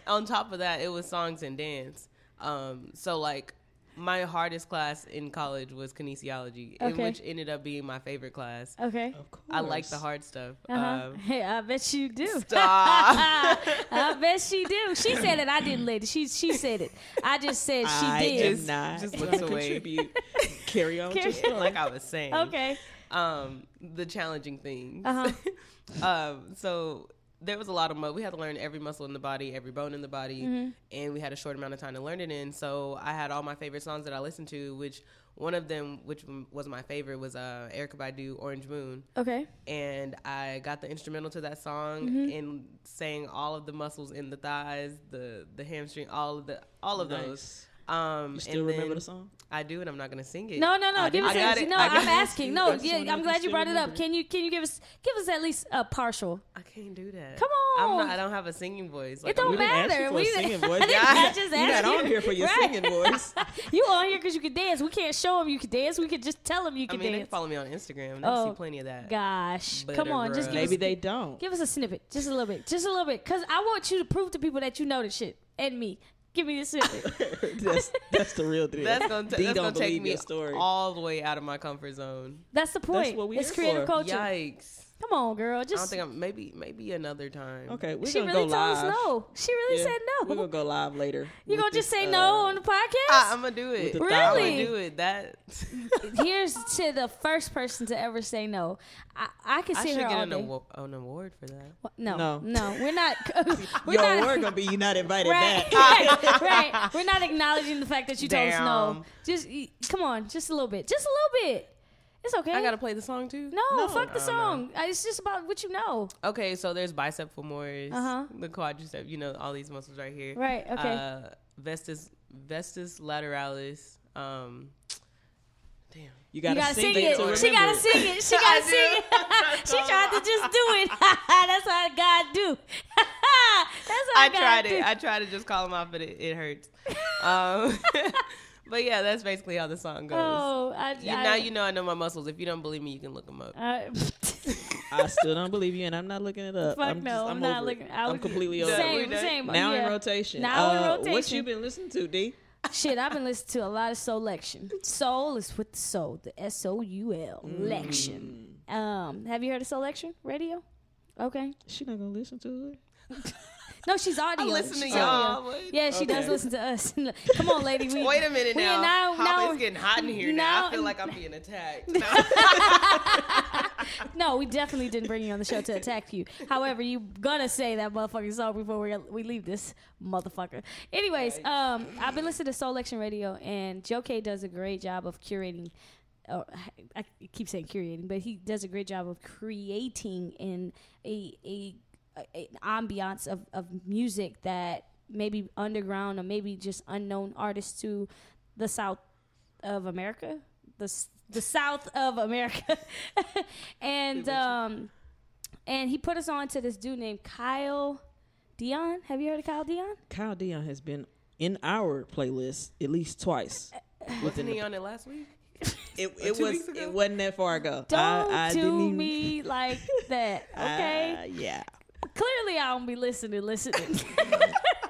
S3: on top of that, it was songs and dance. Um, so like my hardest class in college was kinesiology, in
S1: Okay.
S3: which ended up being my favorite class.
S1: Okay.
S3: I like the hard stuff.
S1: Uh-huh.
S3: Um,
S1: hey, I bet you do.
S3: Stop.
S1: I bet she do. She said it. I didn't, lady. She she said it. I just said she
S2: I
S1: did.
S2: am not
S3: just
S2: trying
S3: looks
S2: to
S3: away.
S2: contribute. Carry on. with your story.
S3: um, like I was saying.
S1: okay.
S3: um, the challenging things.
S1: Uh-huh.
S3: um, so there was a lot of mu- we had to learn every muscle in the body, every bone in the body,
S1: Mm-hmm.
S3: and we had a short amount of time to learn it in. So I had all my favorite songs that I listened to, which one of them, which m- was my favorite, was uh, Erica Badu, Orange Moon.
S1: Okay.
S3: And I got the instrumental to that song
S1: Mm-hmm.
S3: and sang all of the muscles in the thighs, the the hamstring, all of the all of those.
S2: Nice.
S3: Um,
S2: You
S3: and
S2: still remember
S3: then-
S2: the song?
S3: I do, and I'm not gonna sing it.
S1: No, no, no.
S3: I
S1: give us.
S3: I got
S1: A,
S3: it.
S1: no,
S3: I got
S1: I'm
S3: it.
S1: asking. No,
S2: I just wanna
S1: yeah,
S2: know if
S1: I'm
S2: you
S1: glad you
S2: still
S1: brought it
S2: remember
S1: up.
S2: it.
S1: Can you can you give us give us at least a partial?
S3: I can't do that.
S1: Come
S3: I'm
S1: on.
S3: not, I don't have a singing voice.
S1: It don't
S2: We didn't ask you
S1: matter.
S2: for a
S1: We
S2: singing
S1: didn't-
S2: voice.
S1: I didn't- I just
S2: you
S1: asked
S2: got
S1: you.
S2: on here for your
S1: Right.
S2: singing voice.
S1: You on here because you can dance. We can't show them you can dance. We could just tell them you
S3: I
S1: can
S3: mean, they
S1: dance.
S3: follow me on Instagram. They'll
S1: Oh,
S3: see plenty of that.
S1: Gosh,
S3: But
S1: come on, just
S3: around.
S1: give
S2: Maybe
S1: us,
S2: they don't.
S1: give us a snippet, just a little bit, just a little bit, because I want you to prove to people that you know this shit and me. Give me the snippet.
S2: that's that's the real deal.
S3: That's gonna, t-
S2: D
S3: that's
S2: don't
S3: gonna take
S2: believe
S3: me
S2: your story.
S3: all the way out of my comfort zone.
S1: That's the point.
S2: what we
S1: it's
S2: here
S1: creative
S2: for.
S1: culture.
S3: Yikes!
S1: Come on, girl.
S3: I don't
S1: Just
S3: think I'm. Maybe maybe another time.
S2: okay, we're
S1: she
S2: gonna
S1: really
S2: go
S1: told
S2: live.
S1: us no. She really
S2: Yeah,
S1: said
S2: We're
S1: no.
S2: gonna go live later.
S1: You
S2: with
S1: gonna just
S2: this,
S1: say
S2: uh,
S1: no on the
S3: I, I'm
S1: podcast?
S3: gonna do it.
S2: the
S3: I'm
S1: Really?
S3: gonna do it. That
S1: Here's to the first person to ever say no. I, I could
S3: I
S1: sit
S3: should
S1: here
S3: get
S1: all
S3: an,
S1: day.
S3: awa- an award for that.
S1: No, no,
S2: No.
S1: we're not. we're
S2: Yo,
S1: not.
S2: we're gonna be you not invited
S1: Right,
S2: back.
S1: right, right. We're not acknowledging the fact that you told us no.
S3: Damn.
S1: Just y- come on, just a little bit, just a little bit. It's okay.
S3: I gotta play the song too.
S1: no,
S2: No.
S1: fuck the
S3: Oh, no.
S1: song. Uh, It's just about what you know.
S3: Okay, so there's bicep femoris,
S1: Uh-huh.
S3: the quadricep. You know all these muscles right here.
S1: Right, okay.
S3: Uh, vestus vestus lateralis. Um, damn.
S2: You
S1: You
S2: gotta,
S1: gotta sing,
S2: it.
S1: it.
S2: to
S1: She
S2: remember
S1: gotta
S2: it.
S1: sing it. She gotta sing it. she tried to just do it. That's what God do. That's what
S3: I
S1: God
S3: tried
S1: do.
S3: it. I tried to just call him off, but it, it hurts. Um, but yeah, that's basically how the song goes.
S1: oh, I,
S3: You-
S1: I,
S3: now you know I know my muscles. If you don't believe me, you can look them up.
S1: I-
S2: I still don't believe you, and I'm not looking it up.
S1: fuck
S2: I'm
S1: no,
S2: just-
S1: I'm,
S2: I'm
S1: not
S2: over it.
S1: looking. I
S2: I'm
S1: would-
S2: completely over it.
S1: same,
S3: done.
S1: same.
S2: Now
S1: yeah.
S2: in rotation.
S1: Now in
S2: Uh, What
S1: rotation.
S2: you been listening to, D?
S1: Shit, I've been listening to a lot of Solection. Soul is with the soul, the S O U L, lection.
S2: Mm.
S1: Um, have you heard of Solection radio? Okay.
S2: She not gonna listen to it.
S1: No, she's audio.
S3: I listen to
S1: She's audio.
S3: y'all. What?
S1: Yeah, she does
S2: Okay.
S1: listen to us. Come on, lady. We,
S3: Wait a minute
S1: we
S3: now.
S1: now-
S3: How-
S1: now-
S3: it's getting hot in here now.
S1: now-
S3: I feel like I'm being attacked.
S1: No, we definitely didn't bring you on the show to attack you. However, you gonna say that motherfucking song before we we leave this motherfucker. Anyways, um, I've been listening to Soul Action Radio, and Joe K does a great job of curating or I keep saying curating, but he does a great job of creating in a a, a an ambiance of, of music that maybe underground or maybe just unknown artists to the south of America, the s- the south of America, and um, and he put us on to this dude named Kyle Dion. Have you heard of Kyle Dion?
S2: Kyle Dion has been in our playlist at least twice.
S3: Wasn't
S2: within
S3: he
S2: the,
S3: on it last week?
S2: it, it
S3: two
S2: was
S3: weeks ago?
S2: it wasn't that far ago.
S1: Don't
S2: I, I
S1: do
S2: didn't even,
S1: me like that,
S2: Uh,
S1: okay?
S2: yeah,
S1: Clearly, I don't be listening. Listening,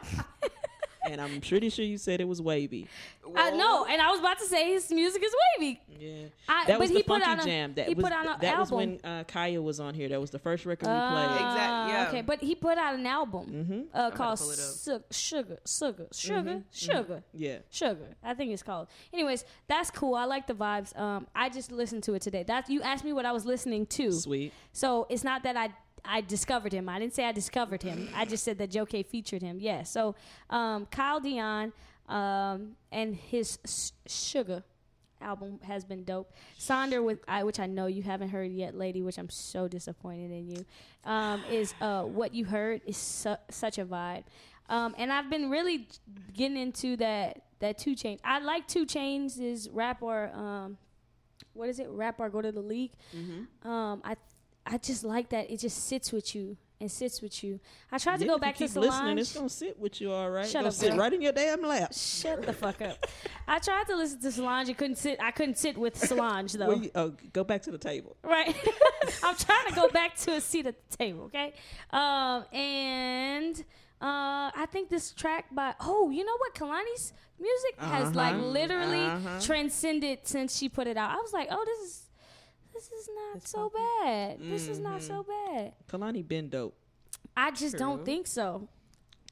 S2: and I'm pretty sure you said it was wavy.
S1: I know, and I was about to say his music is wavy.
S2: Yeah,
S1: I-
S2: that
S1: but
S2: was
S1: he
S2: the
S1: put
S2: funky
S1: out a-
S2: jam. That
S1: he
S2: was
S1: put out an
S2: that was
S1: album.
S2: when uh, Kaya was on here. That was the first record we played.
S1: Uh,
S3: Exact- yeah.
S2: um,
S1: Okay, but he put out an album
S2: Mm-hmm.
S1: uh, called
S3: pull it up.
S1: Su- Sugar, Sugar, Sugar, Sugar.
S2: Yeah.
S1: Sugar, I think it's called. Anyways, that's cool. I like the vibes. Um, I just listened to it today. That you asked me what I was listening to.
S2: Sweet.
S1: So it's not that I I discovered him. I didn't say I discovered him. I just said that Joe K featured him. Yeah. So um, Kyle Dion um, and his S- Sugar album has been dope. Sonder with I, which I know you haven't heard yet, lady, which I'm so disappointed in you. Um, is uh, what you heard is su- such a vibe, um, and I've been really getting into that that two chain. I like two chains is rap or um, what is it? Rap or go to the league.
S2: Mm-hmm.
S1: Um, I I just like that. It just sits with you and sits with you. I tried to
S2: Yeah,
S1: go
S2: if
S1: back
S2: you
S1: to
S2: keep listening.
S1: Solange.
S2: It's gonna sit with you, all right.
S1: Shut
S2: Shut gonna
S1: up,
S2: sit
S1: girl.
S2: right in your damn lap.
S1: Shut the fuck up. I tried to listen to Solange. I couldn't sit. I couldn't sit with Solange though.
S2: Where you- oh, go back to the table.
S1: Right. I'm trying to go back to a seat at the table, okay? Um, and uh, I think this track by oh, you know what? Kalani's music has like literally transcended since she put it out. I was like, oh, this is this is not so bad. This is not so bad.
S2: Kalani been dope.
S1: I just don't think so.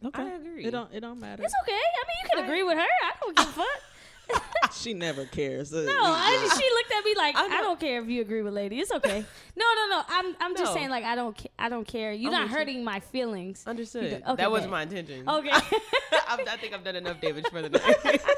S2: Okay,
S3: I agree.
S2: It don't it don't matter.
S1: It's okay. I mean, you can agree with her. I don't give a fuck.
S2: she never cares. Uh, No,
S1: No, I, she looked at me like I,
S3: I know-
S1: don't care if you agree with lady. It's okay. No, no, no. I'm I'm just
S3: No.
S1: saying like I don't ca- I don't care. You're
S3: I'm
S1: not
S3: with you.
S1: hurting my feelings.
S3: Understood.
S1: You go- okay, Oh,
S3: that
S1: bet.
S3: wasn't my intention.
S1: Okay.
S3: I've- I think I've done enough damage for the night.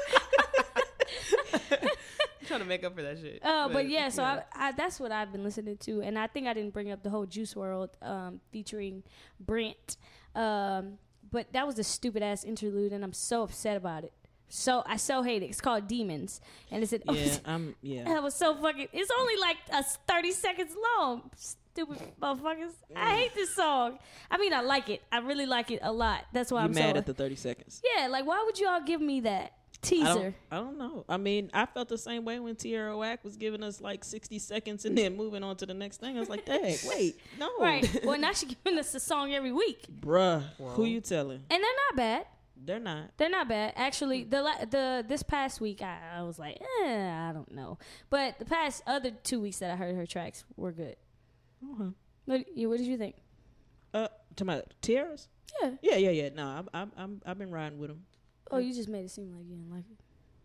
S3: I'm trying to make up for that shit.
S1: Uh, but yeah, so
S3: you
S1: I,
S3: know.
S1: I, that's what I've been listening to, and I think I didn't bring up the whole Juice World um, featuring Brent, um, but that was a stupid ass interlude, and I'm so upset about it. So I so hate it. It's called Demons, and it's an
S2: yeah, I'm yeah.
S1: That was so fucking. It's only like a s- thirty seconds long. Stupid motherfuckers. I hate this song. I mean, I like it. I really like it a lot. That's why
S2: You
S1: I'm
S2: mad
S1: so.
S2: at the thirty seconds?
S1: yeah, like why would y'all give me that
S2: I
S1: teaser?
S2: don't, I don't know. I mean, I felt the same way when Tierra Whack was giving us like 60 seconds and then moving on to the next thing. I was like, dang, wait, no.
S1: Right. well, now she's giving us a song every week,
S2: Bruh, who you telling?
S1: and they're not bad.
S2: They're not.
S1: They're not bad, actually. The la- the this past week, I, I was like, eh, I don't know, but the past other two weeks that I heard her tracks were good. What, you, what did you think?
S2: Uh, to my Tierra's?
S1: Yeah.
S2: Yeah, yeah, yeah. No, I'm, I'm, I'm, I've been riding with them.
S1: Oh, you just made it seem like you didn't like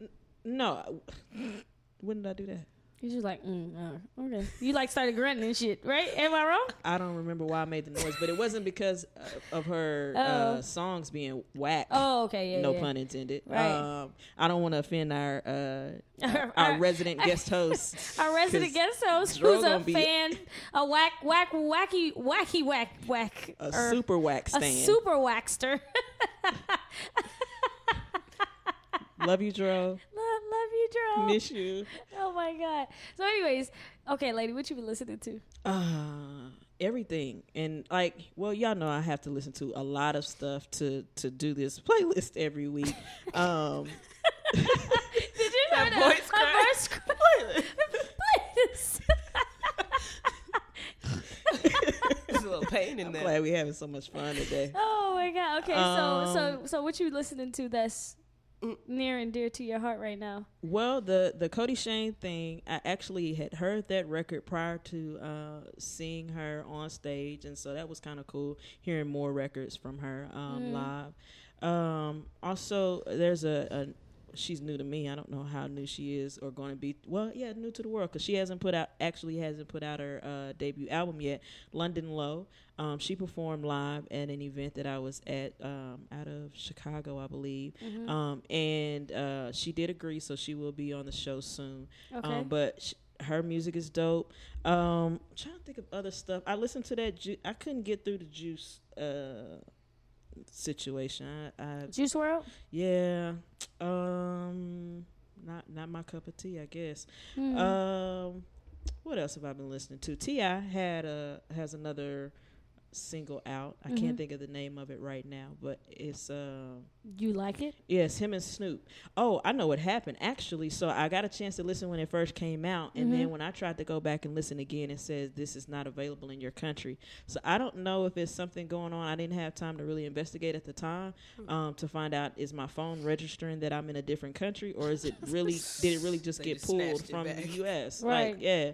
S1: it.
S2: No, I- when did I do that?
S1: You just like, mm, uh, okay. You like started grunting and shit, right? Am I wrong?
S2: I don't remember why I made the noise, but it wasn't because uh, of her
S1: Oh.
S2: uh, songs being whack.
S1: Oh, okay, yeah.
S2: no
S1: yeah.
S2: pun intended.
S1: Right.
S2: Um, I don't want to offend our uh,
S1: Our-
S2: our,
S1: our-
S2: resident guest host.
S1: Our resident
S2: 'cause
S1: guest host,
S2: Dro
S1: who's a
S2: gonna be
S1: fan, a whack, whack, wacky, wacky, whack, whack,
S2: a
S1: er,
S2: super whack
S1: a
S2: stand.
S1: super waxter.
S2: Love you, Dro.
S1: love, love you, Dro.
S2: Miss you.
S1: Oh my god. So, anyways, okay, lady, what you been listening to?
S2: Uh, everything and like, well, y'all know I have to listen to a lot of stuff to to do this playlist every week. Um,
S1: Did you hear
S3: That voice crack.
S1: Her voice crack. Please.
S3: There's a little pain in
S2: I'm
S3: there.
S2: glad we having so much fun today.
S1: Oh my god. Okay, so so
S2: Um,
S1: so what you listening to that's near and dear to your heart right now?
S2: Well, the the Cody Shane thing, I actually had heard that record prior to uh, seeing her on stage, and so that was kind of cool hearing more records from her um, live. Um, also, there's a, a she's new to me. I don't know how new she is or going to be. Well, yeah, new to the world because she hasn't put out actually hasn't put out her uh, debut album yet. London Low. Um, she performed live at an event that I was at um, out of Chicago, I believe. Um, and uh, she did agree, so she will be on the show soon.
S1: Okay.
S2: Um, but sh Her music is dope. Um, I'm trying to think of other stuff. I listened to that. Ju- I couldn't get through the Juice uh, situation. I, I,
S1: Juice World.
S2: yeah. Um, not not my cup of tea, I guess.
S1: Hmm.
S2: Um, what else have I been listening to? Ti had a has another single out. I
S1: Mhm.
S2: can't think of the name of it right now, but it's um.
S1: You like it?
S2: Yes, him and Snoop. Oh, I know what happened actually. So I got a chance to listen when it first came out, and
S1: Mhm.
S3: Mm-hmm.
S2: then when I tried to go back and listen again, it says this is not available in your country. So I don't know if it's something going on. I didn't have time to really investigate at the time
S3: Mm.
S2: um, to find out is my phone registering that I'm in a different country, or is it really did it really just
S3: They
S2: get
S3: just
S2: pulled
S3: snatched it
S2: from the
S3: back.
S2: U.S.
S1: Right.
S2: Like yeah,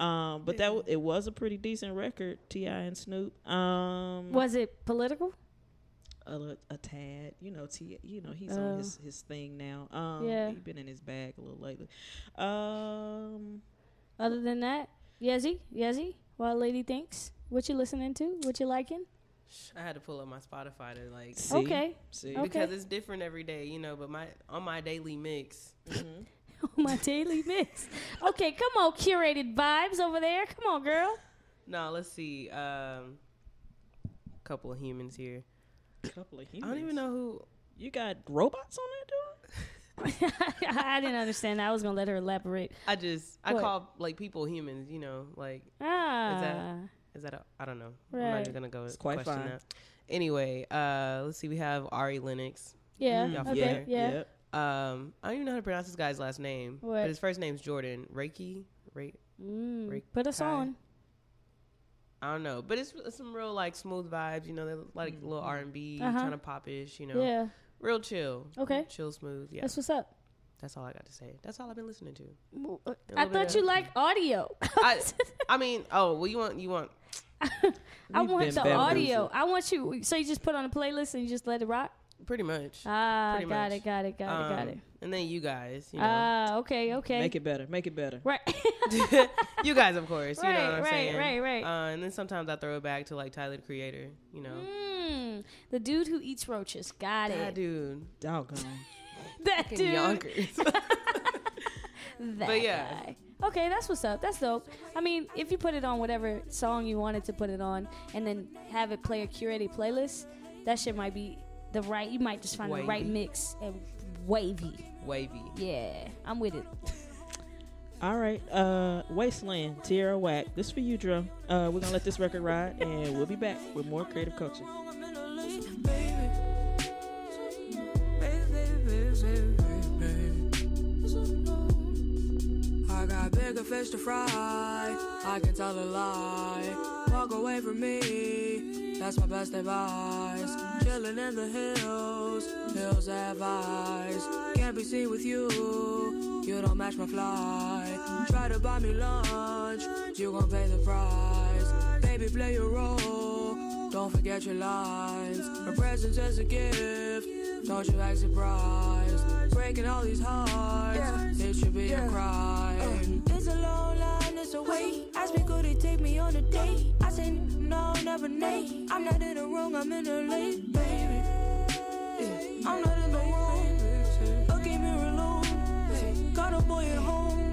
S2: um, but that w- it was a pretty decent record. Ti and Snoop. Um,
S1: Was it political?
S2: a, li- a tad. You know, T. You know, he's
S1: Oh.
S2: on his, his thing now. Um,
S1: Yeah.
S2: he's been in his bag a little lately. Um,
S1: Other than that, Yezzy, Yezzy, what a lady thinks. What you listening to? What you liking?
S3: I had to pull up my Spotify to like
S2: see,
S1: Okay.
S2: see,
S1: Okay.
S3: because it's different every day, you know. But my on my daily mix,
S1: Oh, My daily mix. Okay, come on, curated vibes over there. Come on, girl.
S3: no, let's see, um, couple of humans here.
S2: couple of
S3: I
S2: humans.
S3: don't even know who.
S2: You got robots on that dude?
S1: I didn't understand. that. I was gonna let her elaborate.
S3: I just I
S1: What?
S3: call like people humans, you know, like
S1: Ah,
S3: Is that a, I don't know. I'm not
S1: Right.
S3: even gonna go.
S2: It's quite
S3: question
S2: fine.
S3: That. Anyway, uh, let's see. We have Ari Lennox.
S1: yeah.
S3: Y'all
S1: okay,
S3: familiar?
S1: yeah.
S2: Yep.
S3: Um, I don't even know how to pronounce this guy's last name,
S1: What?
S3: but his first name's Jordan Reiki. Right?
S1: Mm,
S3: Rick
S1: put us
S3: Kai.
S1: on.
S3: I don't know, but it's, it's some real like smooth vibes. You know, they're like a little R and B,
S1: Uh-huh.
S3: kind of popish. You know,
S1: Yeah,
S3: real chill.
S1: Okay.
S3: chill, smooth. Yeah,
S1: that's
S3: that's,
S1: what's up. uh,
S3: all I got to say. That's all I've been listening to.
S1: I
S3: bit
S1: thought
S3: of-
S1: you liked audio.
S3: I, I mean, oh, well, you want you want
S1: I
S2: We've
S1: want
S2: been
S1: the
S2: bamboozled.
S1: audio. I want you. So you just put on a playlist and you just let it rock.
S3: pretty much.
S1: Ah,
S3: Pretty
S1: got
S3: much.
S1: it, got it, got it, got
S3: Um,
S1: it.
S3: And then you guys, you know,
S1: Ah, okay, okay.
S2: Make it better. Make it better.
S1: right.
S3: you guys, of course. you
S1: Right,
S3: know what I'm
S1: right,
S3: saying?
S1: right, right.
S3: Uh, and then sometimes I throw it back to like Tyler the Creator. You know,
S1: Mm, the dude who eats roaches. Got
S3: that
S1: it.
S3: dude,
S2: Doggone.
S1: That dude.
S3: Yonkers.
S1: That
S3: But yeah.
S1: guy. Okay, that's what's up. That's dope. I mean, if you put it on whatever song you wanted to put it on, and then have it play a curated playlist, that shit might be the right. You might just find the right
S3: Wavy.
S1: mix and wavy.
S3: Wavy.
S1: Yeah, I'm with it.
S2: All right. Uh, Wasteland, Tierra Whack. This for you, Drum. Uh, we're gonna let this record ride, and we'll be back with more creative culture.
S11: I got bigger fish to fry. I can tell a lie. Walk away from me. That's my best advice. Chilling in the hills. Hills have eyes. Can't be seen with you. You don't match my fly. Try to buy me lunch. You gon' pay the price. Baby, play your role. Don't forget your lines. A presence is a gift. Don't you act surprised. Breaking all these hearts. It should be a crime.
S12: Uh, It's a long line, it's a wait. Ask me, could it take me on a date? I say, no, never, nay. I'm not in the wrong, I'm in the late, baby. Yeah, I'm not in the wrong. A game here alone. Got a boy at home.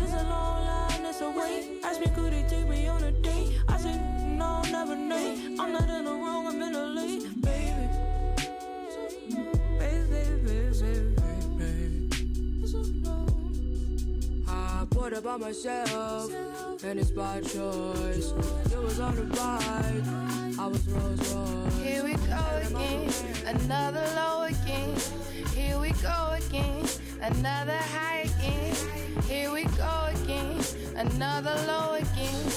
S12: It's a long line, it's a wait. Ask me, could it take me on a date? I say, no, never, nay. I'm not in the wrong, I'm in the late, baby.
S11: I bought it by myself, and it's by choice. You was on the bike, I was Rolls Royce.
S8: Here we go again, another low again. Here we go again, another high again. Here we go again, another low again.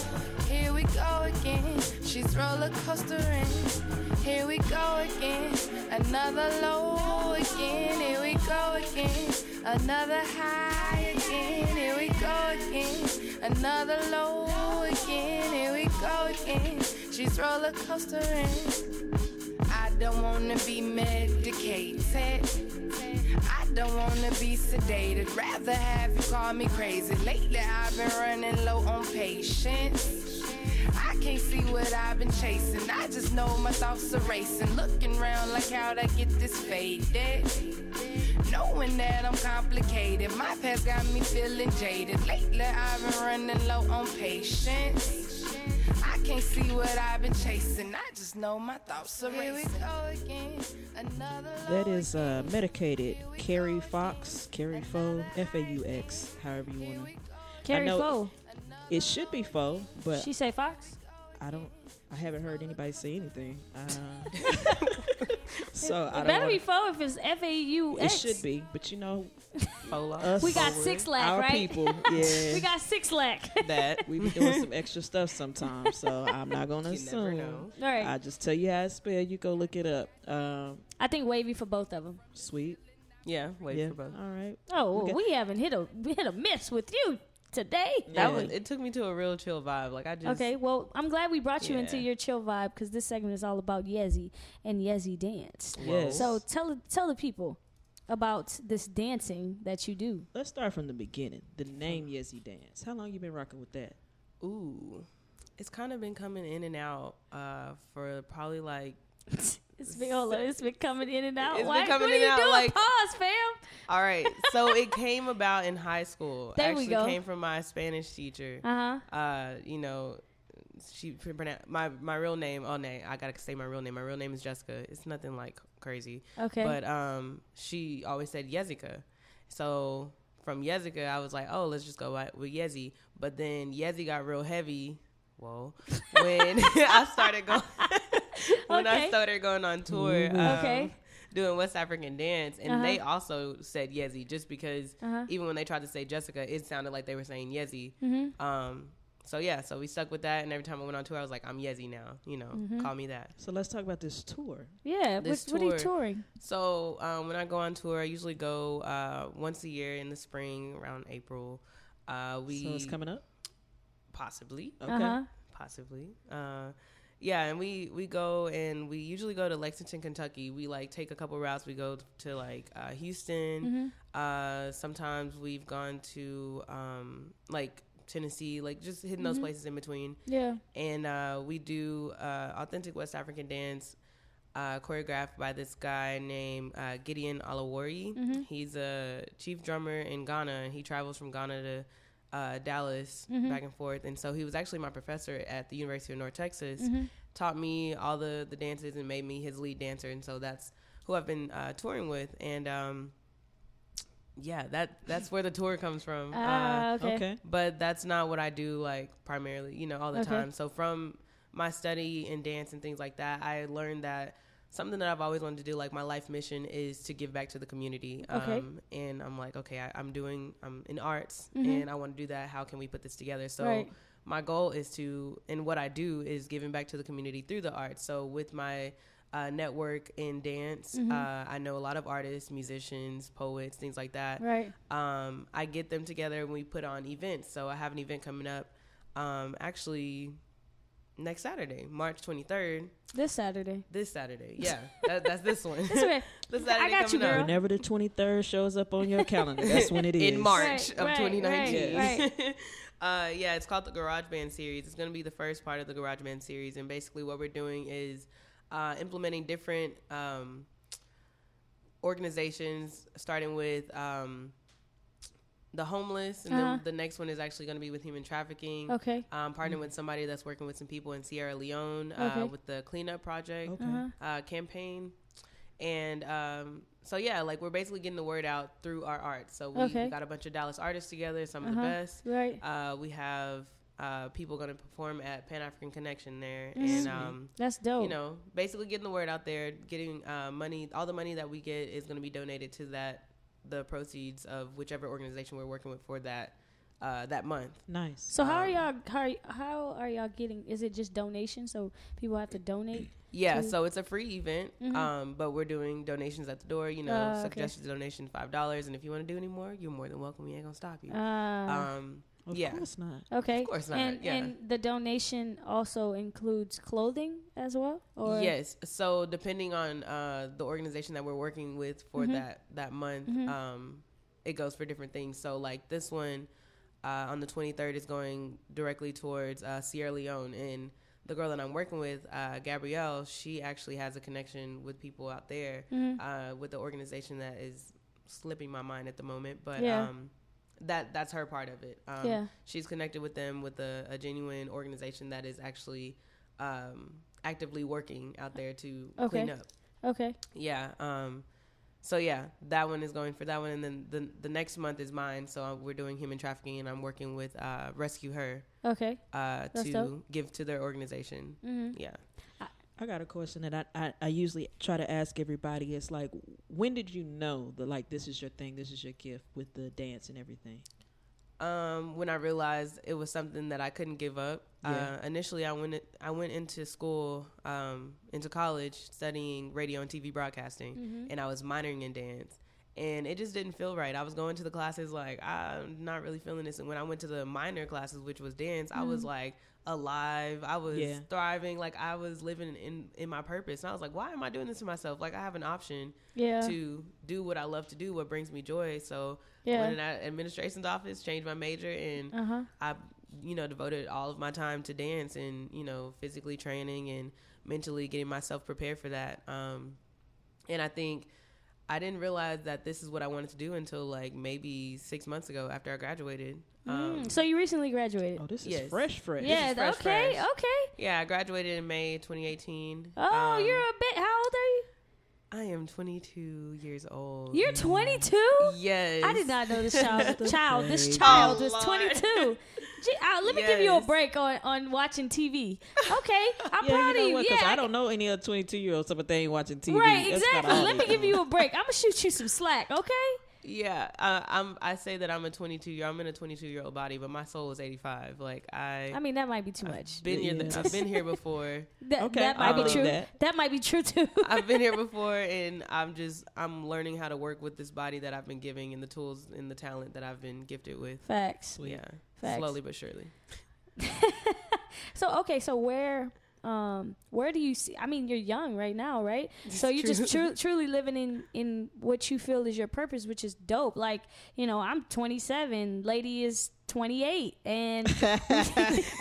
S8: Here we go again, she's roller coastering. Here we go again, another low again. Here we go again, another high again. Here we go again, another low again. Here we go again, she's roller coastering. I don't wanna be medicated. I don't wanna be sedated. Rather have you call me crazy. Lately I've been running low on patience.
S13: I can't see what I've been chasing. I just know my thoughts are racing. Looking round like how'd I get this faded? Knowing that I'm complicated, my past got me feeling jaded. Lately, I've been running low on patience. I can't see what I've been chasing. I just know my thoughts are racing.
S2: That is uh, medicated. Carrie Fox, Carrie Foe, F A U X, however you want to.
S1: Carrie Foe.
S2: It should be Foe, but
S1: She say Fox.
S2: I don't. I haven't heard anybody say anything. Uh, so I
S1: it
S2: don't.
S1: better
S2: wanna-
S1: be foe if it's F A U
S2: it
S1: X.
S2: should be, but you know,
S3: us,
S1: we got six lack,
S2: our
S1: right?
S2: people, yeah,
S1: we got six lack.
S2: that we be doing some extra stuff sometimes. So I'm not gonna
S1: You never
S2: assume.
S1: know. All right.
S2: I just tell you how it's spelled. You go look it up. Um,
S1: I think wavy for both of them.
S2: sweet.
S3: Yeah, wait
S2: Yeah.
S3: for both.
S2: All right.
S1: Oh,
S3: Okay.
S1: we haven't hit a we hit a miss with you today.
S3: That was. It took me to a real chill vibe. Like I just.
S1: okay. Well, I'm glad we brought you into
S3: Yeah.
S1: your chill vibe because this segment is all about Yezzy and Yezzy dance.
S2: Yes.
S1: So tell tell the people about this dancing that you do.
S2: Let's start from the beginning. The name Yezzy Dance. How long you been rocking with that?
S3: Ooh, it's kind of been coming in and out uh, for probably like.
S1: It's been hold on, it's been coming in and out.
S3: It's been
S1: Why-
S3: coming
S1: what are
S3: in
S1: you
S3: and out,
S1: doing?
S3: like-
S1: Pause, fam.
S3: All right, so it came about in high school.
S1: There we
S3: Actually
S1: go.
S3: Came from my Spanish teacher.
S1: Uh-huh.
S3: Uh, you know, she pr- pronoun- my my real name. Oh, nay, I gotta say my real name. My real name is Jessica. It's nothing like crazy.
S1: Okay.
S3: But um, she always said Yezica. So from Yezica, I was like, oh, let's just go by, with Yezi. But then Yezi got real heavy. Whoa. When I started going, when I
S1: Okay.
S3: started going on tour,
S1: Ooh. Okay.
S3: um, doing West African dance, and
S1: Uh-huh.
S3: they also said Yezi just because
S1: Uh-huh.
S3: even when they tried to say Jessica, it sounded like they were saying Yezi.
S1: Mhm.
S3: Um, so yeah, so we stuck with that, and every time I went on tour, I was like, I'm Yezi now, you know,
S1: Mhm.
S3: call me that.
S2: So let's talk about this tour.
S1: Yeah,
S3: This
S1: what, what are you
S3: tour.
S1: touring?
S3: So um, when I go on tour, I usually go uh, once a year in the spring around April. Uh, we
S2: So it's coming up?
S3: possibly.
S2: Okay. Uh-huh.
S3: possibly. Uh, yeah, and we we go and we usually go to Lexington, Kentucky. We like take a couple routes. We go to like uh, Houston.
S2: Mm-hmm.
S3: Uh, sometimes we've gone to um, like Tennessee, like just hitting those
S2: Mm-hmm.
S1: Mhm.
S3: places in between.
S1: Yeah.
S3: and uh, we do uh, authentic West African dance. Uh, choreographed by this guy named uh, Gideon Alawari.
S1: Mhm.
S3: He's a chief drummer in Ghana, and he travels from Ghana to uh, Dallas
S1: Mhm.
S3: back and forth. And so he was actually my professor at the University of North Texas.
S1: Mhm.
S3: Taught me all the the dances and made me his lead dancer. And so that's who I've been uh, touring with. And um, yeah, that that's where the tour comes from. Uh,
S1: Ah, okay. Okay.
S3: But that's not what I do like primarily, you know, all the
S1: Okay.
S3: time. So from my study and dance and things like that, I learned that something that I've always wanted to do, like my life mission, is to give back to the community.
S1: Okay.
S3: Um, and I'm like, okay, I, I'm doing, I'm in arts,
S1: Mhm.
S3: and I want to do that. How can we put this together? So
S1: Right.
S3: my goal is to, and what I do is giving back to the community through the arts. So with my uh, network in dance,
S1: Mhm.
S3: uh, I know a lot of artists, musicians, poets, things like that.
S1: Right.
S3: Um, I get them together and we put on events. So I have an event coming up, um, actually next Saturday, March 23rd.
S1: This Saturday.
S3: This Saturday, yeah, that, that's this one.
S1: This one.
S3: This Saturday
S1: I got you,
S3: coming up.
S1: girl.
S2: Whenever the 23rd shows up on your calendar, that's when it is.
S3: in March
S1: Right,
S3: of
S1: right,
S3: 2019.
S1: right,
S3: uh, yeah, it's called the Garage Band series. It's going to be the first part of the Garage Band series, and basically what we're doing is uh, implementing different um, organizations, starting with. Um, the homeless, and
S1: Uh-huh.
S3: then the next one is actually going to be with human trafficking.
S1: Okay.
S3: um, partnering with somebody that's working with some people in Sierra Leone
S1: Okay.
S3: uh, with the cleanup project
S1: Okay. Uh-huh.
S3: uh, campaign, and um, so yeah, like we're basically getting the word out through our art. So we, we
S1: Okay.
S3: got a bunch of Dallas artists together, some of
S1: Uh-huh.
S3: the best.
S1: Right.
S3: Uh, we have uh, people going to perform at Pan African Connection there,
S1: Mm.
S3: and
S1: Sweet.
S3: um,
S1: That's dope.
S3: You know, basically getting the word out there, getting uh, money. All the money that we get is going to be donated to that, the proceeds of whichever organization we're working with for that uh, that month.
S2: Nice.
S1: So how
S3: um,
S1: are y'all how, how are y'all getting? Is it just donation? So people have to donate.
S3: Yeah,
S1: to-
S3: so it's a free event,
S1: Mhm.
S3: um, but we're doing donations at the door. You know,
S1: Uh, okay.
S3: suggested donation five dollars, and if you want to do any more, you're more than welcome. We ain't gonna stop you.
S1: Ah.
S3: um,
S2: Of
S3: yeah,
S2: course not.
S1: okay.
S3: of course not.
S1: And
S3: yeah.
S1: and the donation also includes clothing as well. Or
S3: yes. So depending on uh, the organization that we're working
S14: Mm-hmm.
S3: with for
S1: Mhm.
S3: that that month,
S1: Mhm.
S3: um, it goes for different things. So like this one, uh, on the 23rd is going directly towards uh, Sierra Leone. And the girl that I'm working with, uh, Gabrielle, she actually has a connection with people out there
S14: Mhm.
S3: uh, with the organization that is slipping my mind at the moment. But
S14: Yeah.
S3: um, that that's her part of it. Um,
S14: Yeah.
S3: She's connected with them with a, a genuine organization that is actually um, actively working out there to
S1: Okay.
S3: clean up.
S1: Okay.
S3: Yeah. Um, so yeah, that one is going for that one, and then the the next month is mine. So uh, we're doing human trafficking, and I'm working with uh, Rescue Her.
S1: Okay.
S3: Uh,
S1: That's
S3: to
S1: dope.
S3: give to their organization.
S1: Mhm.
S3: Yeah.
S2: I got a question that I, I, I usually try to ask everybody. It's like, when did you know that like this is your thing, this is your gift with the dance and everything?
S3: um, when I realized it was something that I couldn't give up.
S2: Yeah.
S3: Uh, initially, I went I went into school, um, into college, studying radio and TV broadcasting,
S14: Mhm.
S3: and I was minoring in dance. And it just didn't feel right. I was going to the classes like I'm not really feeling this. And when I went to the minor classes, which was dance, I was
S14: Mhm.
S3: like alive. I was
S14: Yeah.
S3: thriving. Like I was living in in my purpose. And I was like, why am I doing this to myself? Like I have an option
S1: Yeah.
S3: to do what I love to do, what brings me joy. So
S1: Yeah.
S3: when I administration's office, changed my major, and
S1: Uh-huh.
S3: I, you know, devoted all of my time to dance and you know, physically training and mentally getting myself prepared for that. Um, and I think I didn't realize that this is what I wanted to do until like maybe six months ago after I graduated. Um,
S1: Mm, so you recently graduated. Oh,
S2: this is
S3: yes.
S2: fresh, fresh.
S3: This
S1: Yeah.
S3: is fresh,
S1: okay.
S3: fresh.
S1: Okay.
S3: Yeah, I graduated in May 2018.
S1: Oh,
S3: Um,
S1: you're a bit. How old are you?
S3: I am 22 years old.
S1: You're 22.
S3: Yes.
S1: I did not know this child.
S3: The
S1: child. This
S3: baby.
S1: child
S3: Oh,
S1: was
S3: Lord.
S1: 22. Gee, uh, let me give you a
S3: Yes.
S1: break on on watching TV. Okay, I'm
S2: yeah,
S1: proud
S2: you know
S1: of you.
S2: what?
S1: Yeah,
S2: I don't know any other twenty two year olds, but they ain't watching TV.
S1: Right,
S2: That's kinda
S1: exactly.
S2: all
S1: Let
S2: they
S1: me give you a break. I'm gonna shoot you some slack, okay?
S3: Yeah, uh, I'm. I say that I'm a 22 year. I'm in a 22 year old body, but my soul is 85. Like I.
S1: I mean, that might be
S2: Uh,
S1: too much.
S3: been here. I've been here before.
S1: That, that might be true. That. might be true too.
S3: I've been here before, and I'm just I'm learning how to work with this body that I've been giving and the tools and the talent that I've been gifted with.
S1: Facts.
S3: Yeah.
S1: Facts.
S3: Slowly but surely.
S1: So okay, so where um where do you see I mean you're young right now, right? so you're just
S14: true.
S1: tru- truly living in in what you feel is your purpose, which is dope. Like, you know, I'm 27, lady is 28 and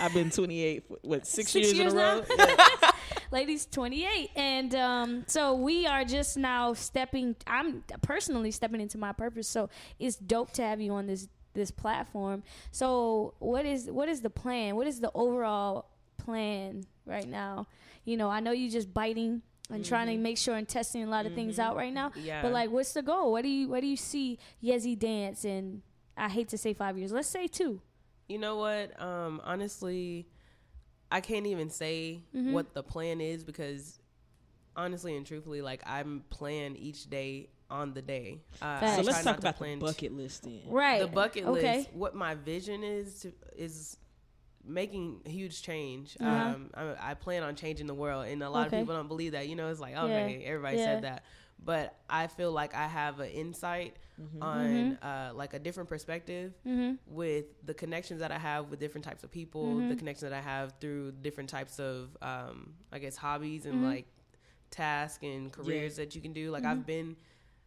S2: I've been twenty eight what six,
S1: Six
S2: years,
S1: years
S2: in a
S1: now?
S2: row.
S1: Ladies, 28. And um, so we are just now stepping, I'm personally stepping into my purpose. So it's dope to have you on this this platform. So what is what is the plan? What is the overall plan right now? You know, I know you just biting and trying to
S2: Mm-hmm.
S14: Mhm.
S1: make sure and testing a lot of things out right now.
S14: Yeah.
S1: But like what's the goal? What do you what do you see Yezzy dance in I hate to say five years. Let's say two.
S3: You know what? Um, honestly, I can't even say
S1: Mhm.
S3: what the plan is because honestly and truthfully, like I'm plan each day on the day. Uh,
S2: so
S3: I
S2: let's
S3: try
S2: talk
S3: not to
S2: about the
S3: plan
S2: bucket list then.
S3: The bucket
S1: Okay.
S3: list. What my vision is to, is making huge change.
S14: Uh-huh.
S3: Um, I, I plan on changing the world, and a lot
S14: Okay.
S3: of people don't believe that. You know, it's like
S14: Yeah.
S3: okay, everybody
S14: Yeah.
S3: said that, but I feel like I have an insight
S14: Mhm.
S3: on uh, like a different perspective
S14: Mhm.
S3: with the connections that I have with different types of people,
S14: Mhm.
S1: Mm-hmm.
S3: the connections that I have through different types of um, I guess hobbies and
S1: Mm-hmm.
S14: Mhm.
S3: like tasks and careers that you can do. Like
S14: Mhm.
S3: I've been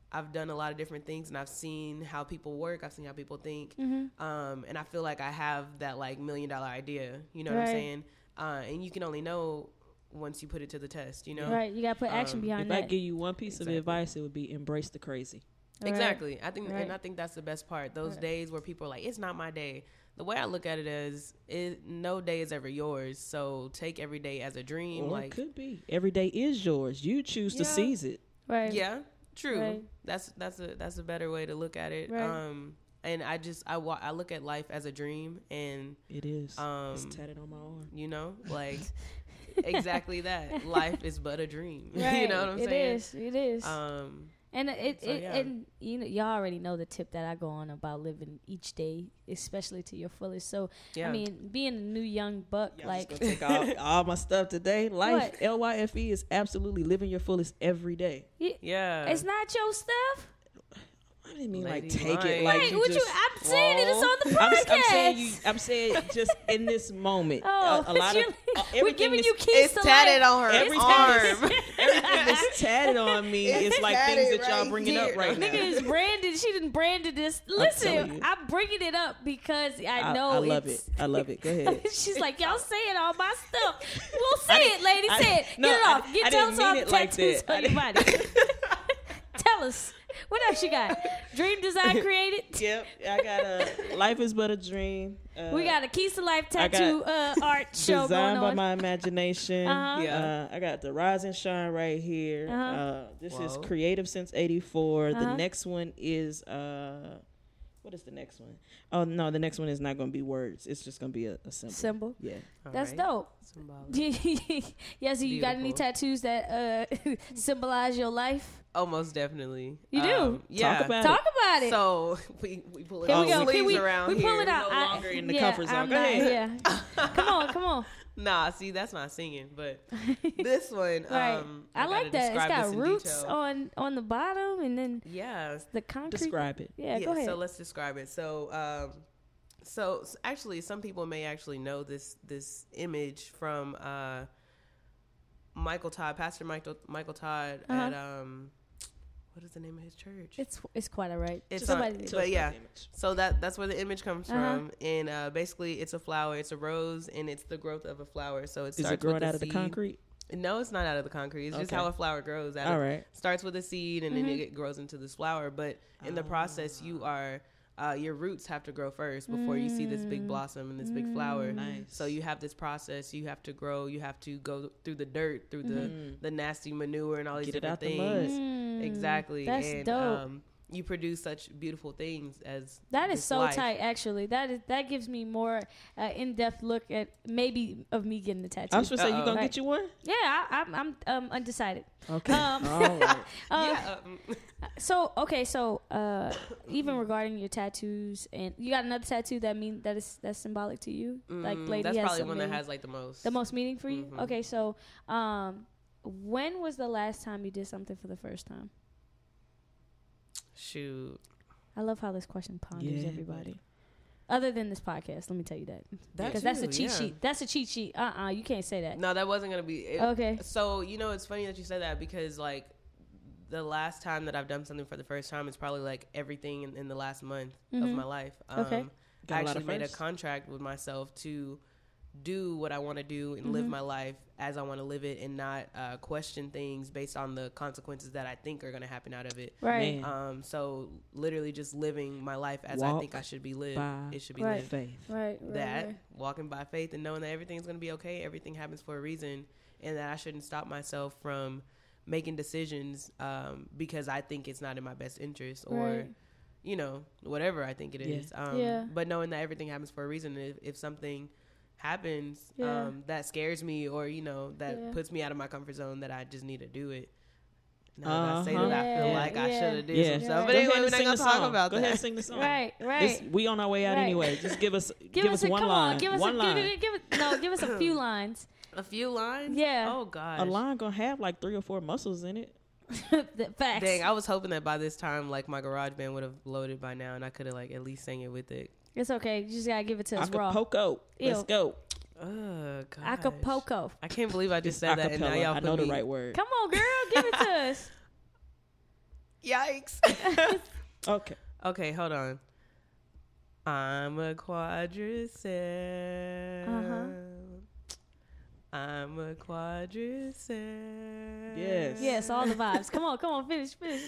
S3: I've done a lot of different things and I've seen how people work. I've seen how people think.
S1: Mm-hmm.
S14: Mhm.
S3: Um, and I feel like I have that like million dollar idea. You know what
S1: Right.
S3: I'm saying? Uh, and you can only know once you put it to the test, you know?
S1: Right, you gotta put action behind
S2: Um, If I
S1: that.
S2: give you one piece
S3: Exactly.
S2: of advice, it would be embrace the crazy.
S3: Exactly. I think,
S2: Right.
S3: and I think that's the best part. Those
S2: Right.
S3: days where people are like, "It's not my day." The way I look at it is, it, no day is ever yours. So take every day as a dream.
S2: Or
S3: like
S2: it could be every day is yours. You choose to
S3: Yeah.
S2: seize it.
S1: Right.
S3: Yeah. True.
S1: Right.
S3: That's that's a that's a better way to look at it.
S2: Right.
S3: Um and I just I wa- I look at life as a dream and
S2: It is.
S3: um
S2: It's tatted on my arm.
S3: You know, like exactly that. Life is but a dream. you
S1: Right.
S3: know what I'm
S1: It
S3: saying?
S1: is. It is.
S3: Um
S1: And it,
S3: so,
S1: it
S3: yeah.
S1: and you know y'all already know the tip that I go on about living each day, especially to your fullest. So I
S2: Yeah.
S1: mean, being a new young buck, like
S2: Take all, all my stuff today. Life
S1: What?
S2: L Y F E is absolutely living your fullest every day.
S1: Y-
S3: Yeah.
S1: it's not your stuff.
S2: didn't mean like take it like
S1: Right,
S2: you
S1: what you-
S2: just-
S1: I'm saying it, it's on the
S2: I'm, s- I'm saying you.
S1: podcast.
S2: I'm saying just in this moment.
S1: Oh,
S2: a, a lot of
S1: you're-
S2: uh,
S1: we're
S2: everything
S1: giving
S2: is-
S1: you keys It's to tatted life. on her
S2: everything
S1: arm.
S2: is- everything that's tatted on me
S1: It's
S2: is like
S1: tatted
S2: things that y'all
S1: right
S2: bringing up
S1: here.
S2: right now.
S1: Nigga is branded. She didn't branded this. Listen,
S2: telling
S1: I'm,
S2: you.
S1: bringing it up because I know
S2: I love it.
S1: it's.
S2: I love it. Go ahead.
S1: She's like, y'all saying all my stuff. Well,
S2: I
S1: say it,
S2: didn't-
S1: lady.
S2: I-
S1: Say it.
S2: no,
S1: Get it
S2: I-
S1: off. Get
S2: I
S1: tell
S2: didn't
S1: us
S2: mean
S1: all the
S2: it like
S1: tattoos
S2: that. I
S1: on your body. tell us. What else you got? Dream design created?
S2: Yep. I got a. Life is but a dream. Uh,
S1: we got a Keys to Life
S2: I got
S1: tattoo uh, art show
S2: Designed
S1: going
S2: by
S1: on.
S2: my imagination.
S1: Uh-huh.
S2: Uh, I got the rise and shine right here.
S1: Uh-huh.
S2: Uh, this is
S1: Whoa.
S2: creative since '84.
S1: Uh-huh.
S2: The next one is uh, what is the next one? Oh no, the next one is not going to be words. It's just going to be a, a symbol.
S1: Symbol.
S2: Yeah.
S1: That's dope. yes, you got any
S3: Beautiful.
S1: tattoos that uh, symbolize your life?
S3: Almost definitely. Um,
S1: You do? Talk
S3: yeah.
S1: about Talk it. about it.
S3: So we we pull it
S1: Here we
S2: uh,
S3: out.
S1: go.
S3: We
S1: Here
S3: leaves
S1: we,
S3: around
S1: we
S3: here.
S1: pull it out.
S3: No
S1: I-
S3: longer in the
S1: yeah,
S3: comfort zone.
S1: I'm
S3: go
S1: not-
S3: ahead.
S1: Yeah. come on, come on.
S3: Nah, see, that's not singing, but this one,
S1: Right.
S3: um,
S1: I,
S3: gotta
S1: like that. It's
S3: describe this
S1: got
S3: in
S1: roots
S3: detail.
S1: on on the bottom, and then
S3: yeah,
S1: the concrete.
S2: Describe it.
S1: Yeah, go ahead.
S3: So let's describe it. So, um, so s- actually, some people may actually know this this image from uh, Michael Todd, Pastor Michael Michael Todd
S1: Uh-huh.
S3: at um, what is the name of his church?
S1: it's it's quite all right.
S3: It's on,
S1: Somebody-
S3: but yeah, so that that's where the image comes
S1: Uh-huh.
S3: from, and uh, basically, it's a flower, it's a rose, and it's the growth of a flower. So it
S2: Is
S3: starts
S2: it growing
S3: with a
S2: out of the
S3: seed.
S2: concrete?
S3: No, it's not out of the concrete. It's just
S2: Okay.
S3: how a flower grows. Out
S2: All
S3: of,
S2: right.
S3: Starts with a seed and
S2: Mhm.
S3: then it grows into this flower. But in the process, you
S2: Ah.
S3: are uh, your roots have to grow first before you see this big
S2: Mm.
S3: blossom and this big flower.
S2: Nice.
S3: So you have this process. You have to grow. You have to go through the dirt, through
S2: Mhm.
S3: the the nasty manure and all these
S2: Get it
S3: different
S2: out the mud.
S3: things.
S1: Mm.
S3: Exactly.
S1: That's
S3: and,
S1: dope.
S3: Um, you produce such beautiful things as
S1: That is
S3: this
S1: so
S3: life.
S1: tight, actually. That is that gives me more uh, in depth look at maybe of me getting the tattoo.
S2: I was gonna say, you gonna get you one?
S1: Yeah, I, I'm I'm um, undecided.
S2: Okay.
S1: Um,
S2: All right.
S1: um,
S3: Yeah, Mm,
S1: so okay, so uh, even regarding your tattoos, and you got another tattoo that mean that is that's symbolic to you, like
S3: Mm,
S1: lady
S3: that's
S1: has
S3: probably
S1: some
S3: one that
S1: meaning-
S3: has, like, the most.
S1: the most meaning for you.
S3: Mhm.
S1: Okay, so um, when was the last time you did something for the first time?
S3: Shoot.
S1: I love how this question ponders
S3: Yeah,
S1: everybody. Other than this podcast, let me tell you that
S3: That
S1: because that's a
S3: too,
S1: cheat
S3: yeah.
S1: sheet. That's a cheat sheet. Uh uh you can't say that.
S3: No, that wasn't gonna be it.
S1: Okay.
S3: So you know, it's funny that you said that because like the last time that I've done something for the first time is probably like everything in, in the last month of
S1: Mhm.
S3: my life. Um,
S1: Okay.
S3: I
S2: Got a lot
S3: actually
S2: of
S3: made a
S2: firsts.
S3: contract with myself to do what I want to do and live
S1: Mm-hmm.
S2: Mhm.
S3: my life as I want to live it and not uh, question things based on the consequences that I think are going to happen out of it.
S1: Right. Man.
S3: Um. So literally, just living my life as I
S2: Walk
S3: think I should be lived.
S2: by
S3: It should be
S1: Right.
S3: lived.
S1: faith. Right, right,
S3: That
S1: right.
S3: walking by faith and knowing that everything's going to be okay. Everything happens for a reason, and that I shouldn't stop myself from making decisions um, because I think it's not in my best interest or.
S1: Right.
S3: You know, whatever I think it
S2: Yeah.
S3: is. Um,
S1: Yeah.
S3: But knowing that everything happens for a reason, and if, if something happens
S1: Yeah.
S3: um, that scares me or, you know, that
S1: Yeah.
S3: puts me out of my comfort zone, that I just need to do it. Now that I say
S2: Uh-huh.
S3: that, I feel
S2: Yeah,
S3: like I
S2: yeah.
S3: should have did
S2: Yeah.
S3: some stuff.
S2: Right.
S3: But
S2: Go ahead
S3: anyway,
S2: and
S3: we're not
S2: sing
S3: going
S2: the
S3: to talk
S2: song.
S3: about
S2: Go
S3: that.
S2: ahead and sing the song.
S1: Right,
S2: This-
S1: right.
S2: we on our way out
S1: Right.
S2: anyway. Just give us give, us,
S1: a,
S2: one
S1: come
S2: line.
S1: On, give us
S2: one
S1: a,
S2: line.
S1: Give, it- give it, no, give us a few lines.
S3: A few lines?
S1: Yeah.
S3: Oh, gosh.
S2: a line gonna have like three or four muscles in it.
S1: Facts.
S3: Dang, I was hoping that by this time, like my garage band would have loaded by now, and I could have like at least sang it with it.
S1: It's okay. You just gotta give it to us raw.
S2: Acapulco. Let's
S1: Ew.
S2: go.
S3: Oh God.
S1: Acapulco.
S3: I can't believe I just
S2: It's
S3: said that, and now
S2: acapella.
S3: y'all
S2: I
S3: put
S2: know the
S3: me-
S2: right word.
S1: Come on, girl, give it to us.
S3: Yikes.
S2: Okay.
S3: Okay, hold on. I'm a quadricep.
S1: Uh-huh.
S3: I'm a quadricep.
S1: Yes. Yes, all the vibes. Come on, come on, finish, finish.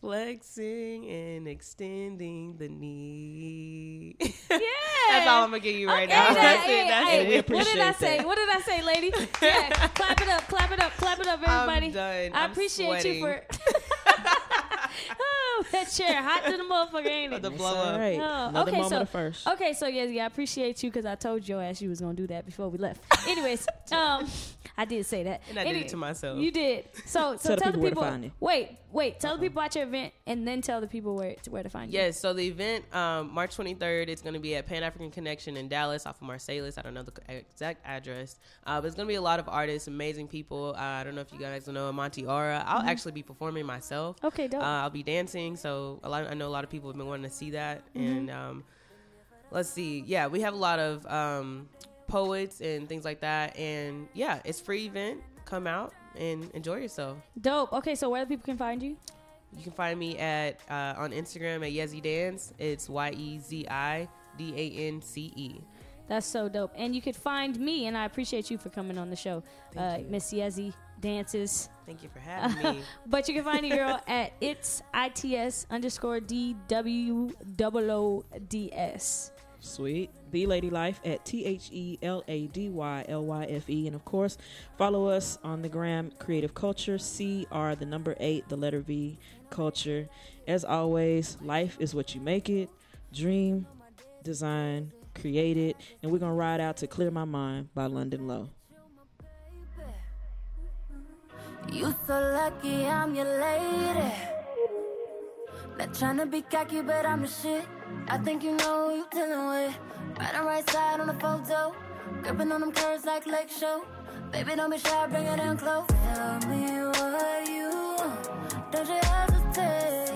S3: Flexing and extending the knee.
S1: That's
S3: all I'm gonna give you right
S1: Okay,
S3: now.
S1: that-
S3: That's it.
S1: hey,
S3: That's
S1: hey,
S3: it. We
S1: What did
S3: appreciate
S1: I
S3: that.
S1: say? What did I say, lady? Yeah, clap it up, clap it up, clap it up,
S3: I'm
S1: everybody.
S3: done.
S1: I
S3: I'm
S1: appreciate you
S3: sweating.
S1: for. oh, that chair hot to the motherfucker, ain't it?
S3: The blow up.
S2: Alright,
S1: Oh,
S2: Another
S1: okay,
S2: moment
S1: so
S2: of first.
S1: okay, so yeah, yeah, I appreciate you because I told your ass you was gonna do that before we left. Anyways, um, I did say that.
S3: And I did it to myself.
S1: You did. So, so
S3: Tell
S1: tell,
S3: the people
S1: the
S3: where to
S1: people.
S3: find you.
S1: wait, wait. Tell the people about your event, and then tell the people where where to find you.
S3: Uh-huh. Yes, so the event, um, March 23rd, it's going to be at Pan African Connection in Dallas off of Marsalis. I don't know the exact address. Uh, but it's going to be a lot of artists, amazing people. Uh, I don't know if you guys know Monty Aura. I'll
S1: Mhm.
S3: actually be performing myself.
S1: Okay, dope.
S3: Uh, I'll be dancing. So a lot. I know a lot of people have been wanting to see that.
S1: Mm-hmm.
S3: And um, let's see. Yeah, we have a lot of um, poets and things like that. And yeah, it's free event. Come out and enjoy yourself.
S1: Dope. Okay, so where the people can find you?
S3: You can find me at uh, on Instagram at Yezi Dance. It's Y E Z I D A N C E.
S1: That's so dope. And you could find me, and I appreciate you for coming on the show, uh, Miss Yezzy Dances.
S3: Thank you for having me.
S1: but you can find your girl at it's its underscore d w double o d s.
S2: Sweet. The Lady Life at T H E L A D Y L Y F E. And of course, follow us on the gram Creative Culture, C R, the number eight, the letter V, culture. As always, life is what you make it. Dream, design, create it. And we're going to ride out to Clear My Mind by London Low.
S14: You so lucky I'm your lady. Not tryna be cocky, but I'm the shit. I think you know who you dealing with. Right on right side on the photo. Gripping on them curves like Lake Show. Baby, don't be shy, bring it in close. Tell me what you want. Don't you hesitate.